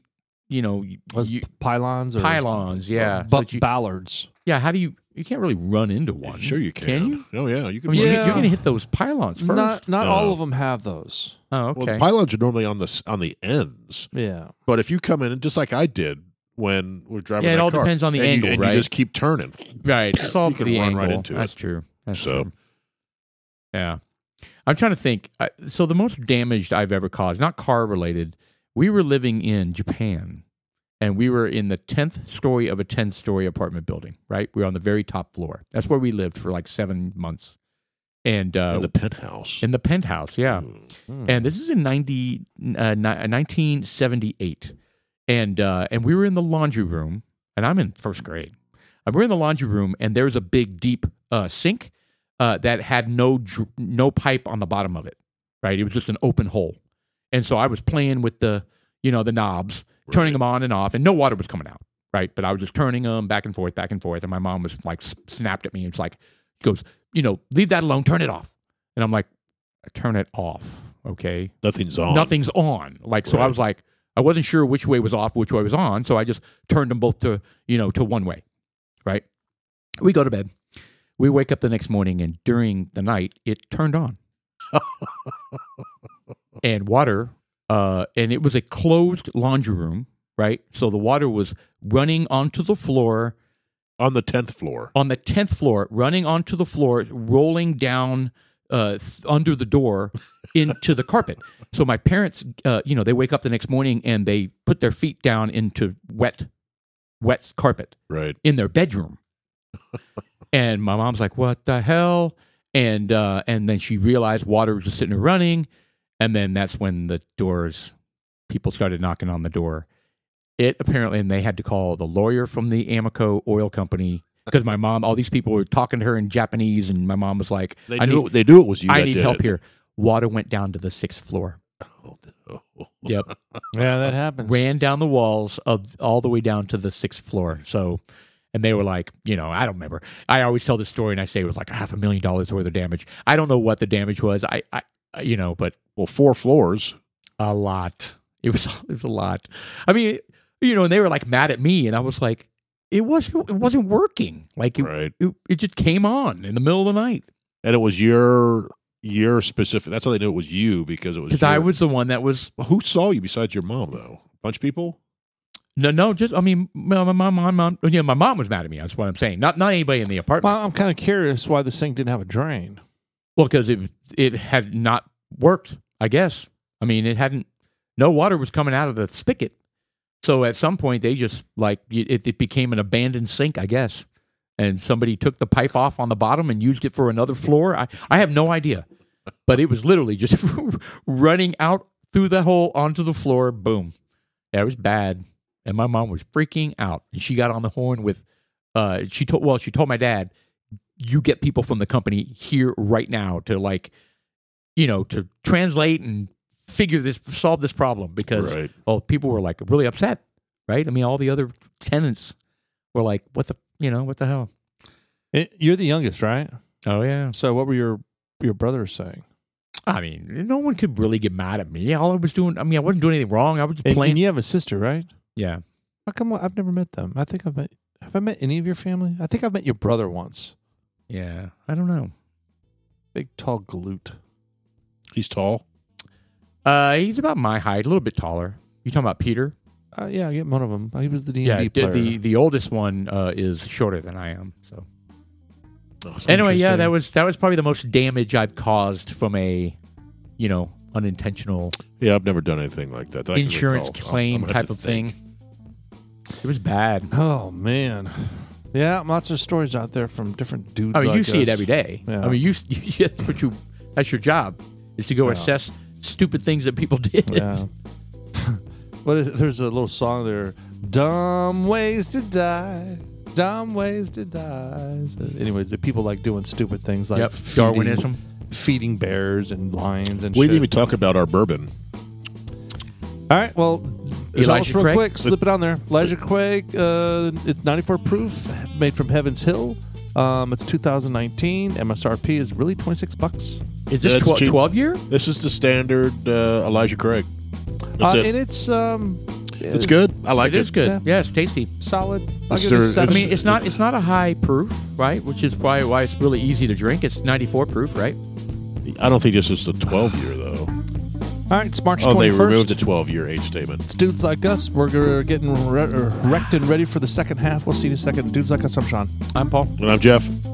you know, y- Was you- pylons or pylons? Yeah. so But that you- ballards. yeah. How do you, you can't really run into one. sure you can. Can you? Oh yeah, you can. I mean, you- run Yeah. you're into- going to hit those pylons first. Not not No. all of them have those. oh, Well, the okay. pylons are normally on the s- on the ends, Yeah. but if you come in and just like I did when we're driving, Yeah, it that all car, depends on the and angle, you, and right? You just keep turning. Right. It's all You can the run angle. right into That's it. true. That's So- true. Yeah. I'm trying to think. I, so the most damaged I've ever caused, not car related, we were living in Japan and we were in the 10th story of a 10 story apartment building, right? We were on the very top floor. That's where we lived for like seven months. And uh, in the penthouse. in the penthouse, yeah. Mm. Hmm. And this is in 90, uh, ni- 1978. And, uh, and we were in the laundry room, and I'm in first grade. And we're in the laundry room, and there's a big, deep uh, sink uh, that had no, dr- no pipe on the bottom of it, right? It was just an open hole. And so I was playing with the, you know, the knobs, turning them on and off, and no water was coming out, right? But I was just turning them back and forth, back and forth. And my mom was like, s- snapped at me and was like, she goes, you know, leave that alone, turn it off. And I'm like, turn it off, okay? Nothing's on. Nothing's on. Like so, I Right. was like, I wasn't sure which way was off, which way was on. So I just turned them both to you know to one way, right? We go to bed. We wake up the next morning, and during the night, it turned on. and water, uh, and it was a closed laundry room, right? So the water was running onto the floor on the tenth floor. on the tenth floor, running onto the floor, rolling down uh, th- under the door into the carpet. So my parents, uh, you know, they wake up the next morning and they put their feet down into wet, wet carpet Right. in their bedroom. and my mom's like, "What the hell?" and uh, and then she realized water was just sitting there running, and then that's when the doors, people started knocking on the door. It apparently, and they had to call the lawyer from the Amoco Oil Company because my mom, all these people were talking to her in Japanese, and my mom was like, They I knew need- they knew it was you. "I that need did help it. here." Water went down to the sixth floor. Oh, no. Yep. Yeah, that happens. ran down the walls of all the way down to the sixth floor. So, and they were like, you know, I don't remember. I always tell this story and I say it was like a half a million dollars worth of damage. I don't know what the damage was. I, I, I- you know, but Well, four floors. a lot. It was, it was a lot. I mean, you know, and they were like mad at me, and I was like, it wasn't, it wasn't working. Like it, right. it, it just came on in the middle of the night And it was your your specific. That's how they knew it was you because it was. because I your- was the one that was Well, Who saw you besides your mom though? bunch of people. no, no, just I mean, my my mom, my mom, you know, my mom was mad at me. That's what I'm saying. Not, not anybody in the apartment. Well, I'm kind of curious why this thing didn't have a drain. Well, because it it had not worked. I guess. I mean, it hadn't. No water was coming out of the spigot. So at some point, they just like it, it became an abandoned sink, I guess. And somebody took the pipe off on the bottom and used it for another floor. I, I have no idea, but it was literally just running out through the hole onto the floor. Boom. That was bad. And my mom was freaking out. And she got on the horn with, uh, she told, well, she told my dad, you get people from the company here right now to like you know to translate and figure this solve this problem because Right. well Oh, people were like really upset right i mean all the other tenants were like what the you know what the hell It, Eh, you're the youngest, right? oh yeah So what were your your brothers saying? i mean no one could really get mad at me all i was doing i mean i wasn't doing anything wrong i was just And, playing and you have a sister, right? yeah How come I've never met them? I think I've met. Have I met any of your family? I think I've met your brother once. yeah i don't know Big tall glute. He's tall. uh he's about my height a little bit taller you talking about peter Uh, yeah, I get one of them. He was the D&D yeah player. the, the the oldest one uh is shorter than i am so Oh, so- anyway yeah Interesting. that was that was probably the most damage i've caused from a you know unintentional yeah, I've never done anything like that. that I can insurance recall. Oh, I'm- I'm claim gonna have type to of think. thing it was bad oh man, yeah, lots of stories out there from different dudes. i mean like you see it us. every day Yeah. i mean you, you that's what you that's your job is to go Yeah. assess stupid things that people did Yeah. what is there's a little song there, "Dumb Ways to Die." Dumb ways to die. So anyways, the people like doing stupid things like Yep, feeding- Darwinism. feeding bears and lions and We shit. didn't even talk about our bourbon. All right, well, tell us Elijah real Craig? quick. Slip it on there. Elijah Craig, uh, it's 94 proof, made from Heaven's Hill. Um, it's 2019. MSRP is really 26 bucks. is this That's 12, cheap. 12 year This is the standard uh, Elijah Craig. That's Uh, it. And it's um, It's good. I like it it. is good Yeah. yeah. it's tasty solid. I'll give Is it a there- i seven. mean it's not it's not a high proof right which is why why it's really easy to drink it's 94 proof right I don't think this is the 12 year though. all right, it's March Oh, they 21st. removed the 12 year age statement. It's dudes like us. We're g- getting re- er, wrecked and ready for the second half. We'll see you in a second. Dudes like us. I'm Sean. i'm paul And I'm Jeff.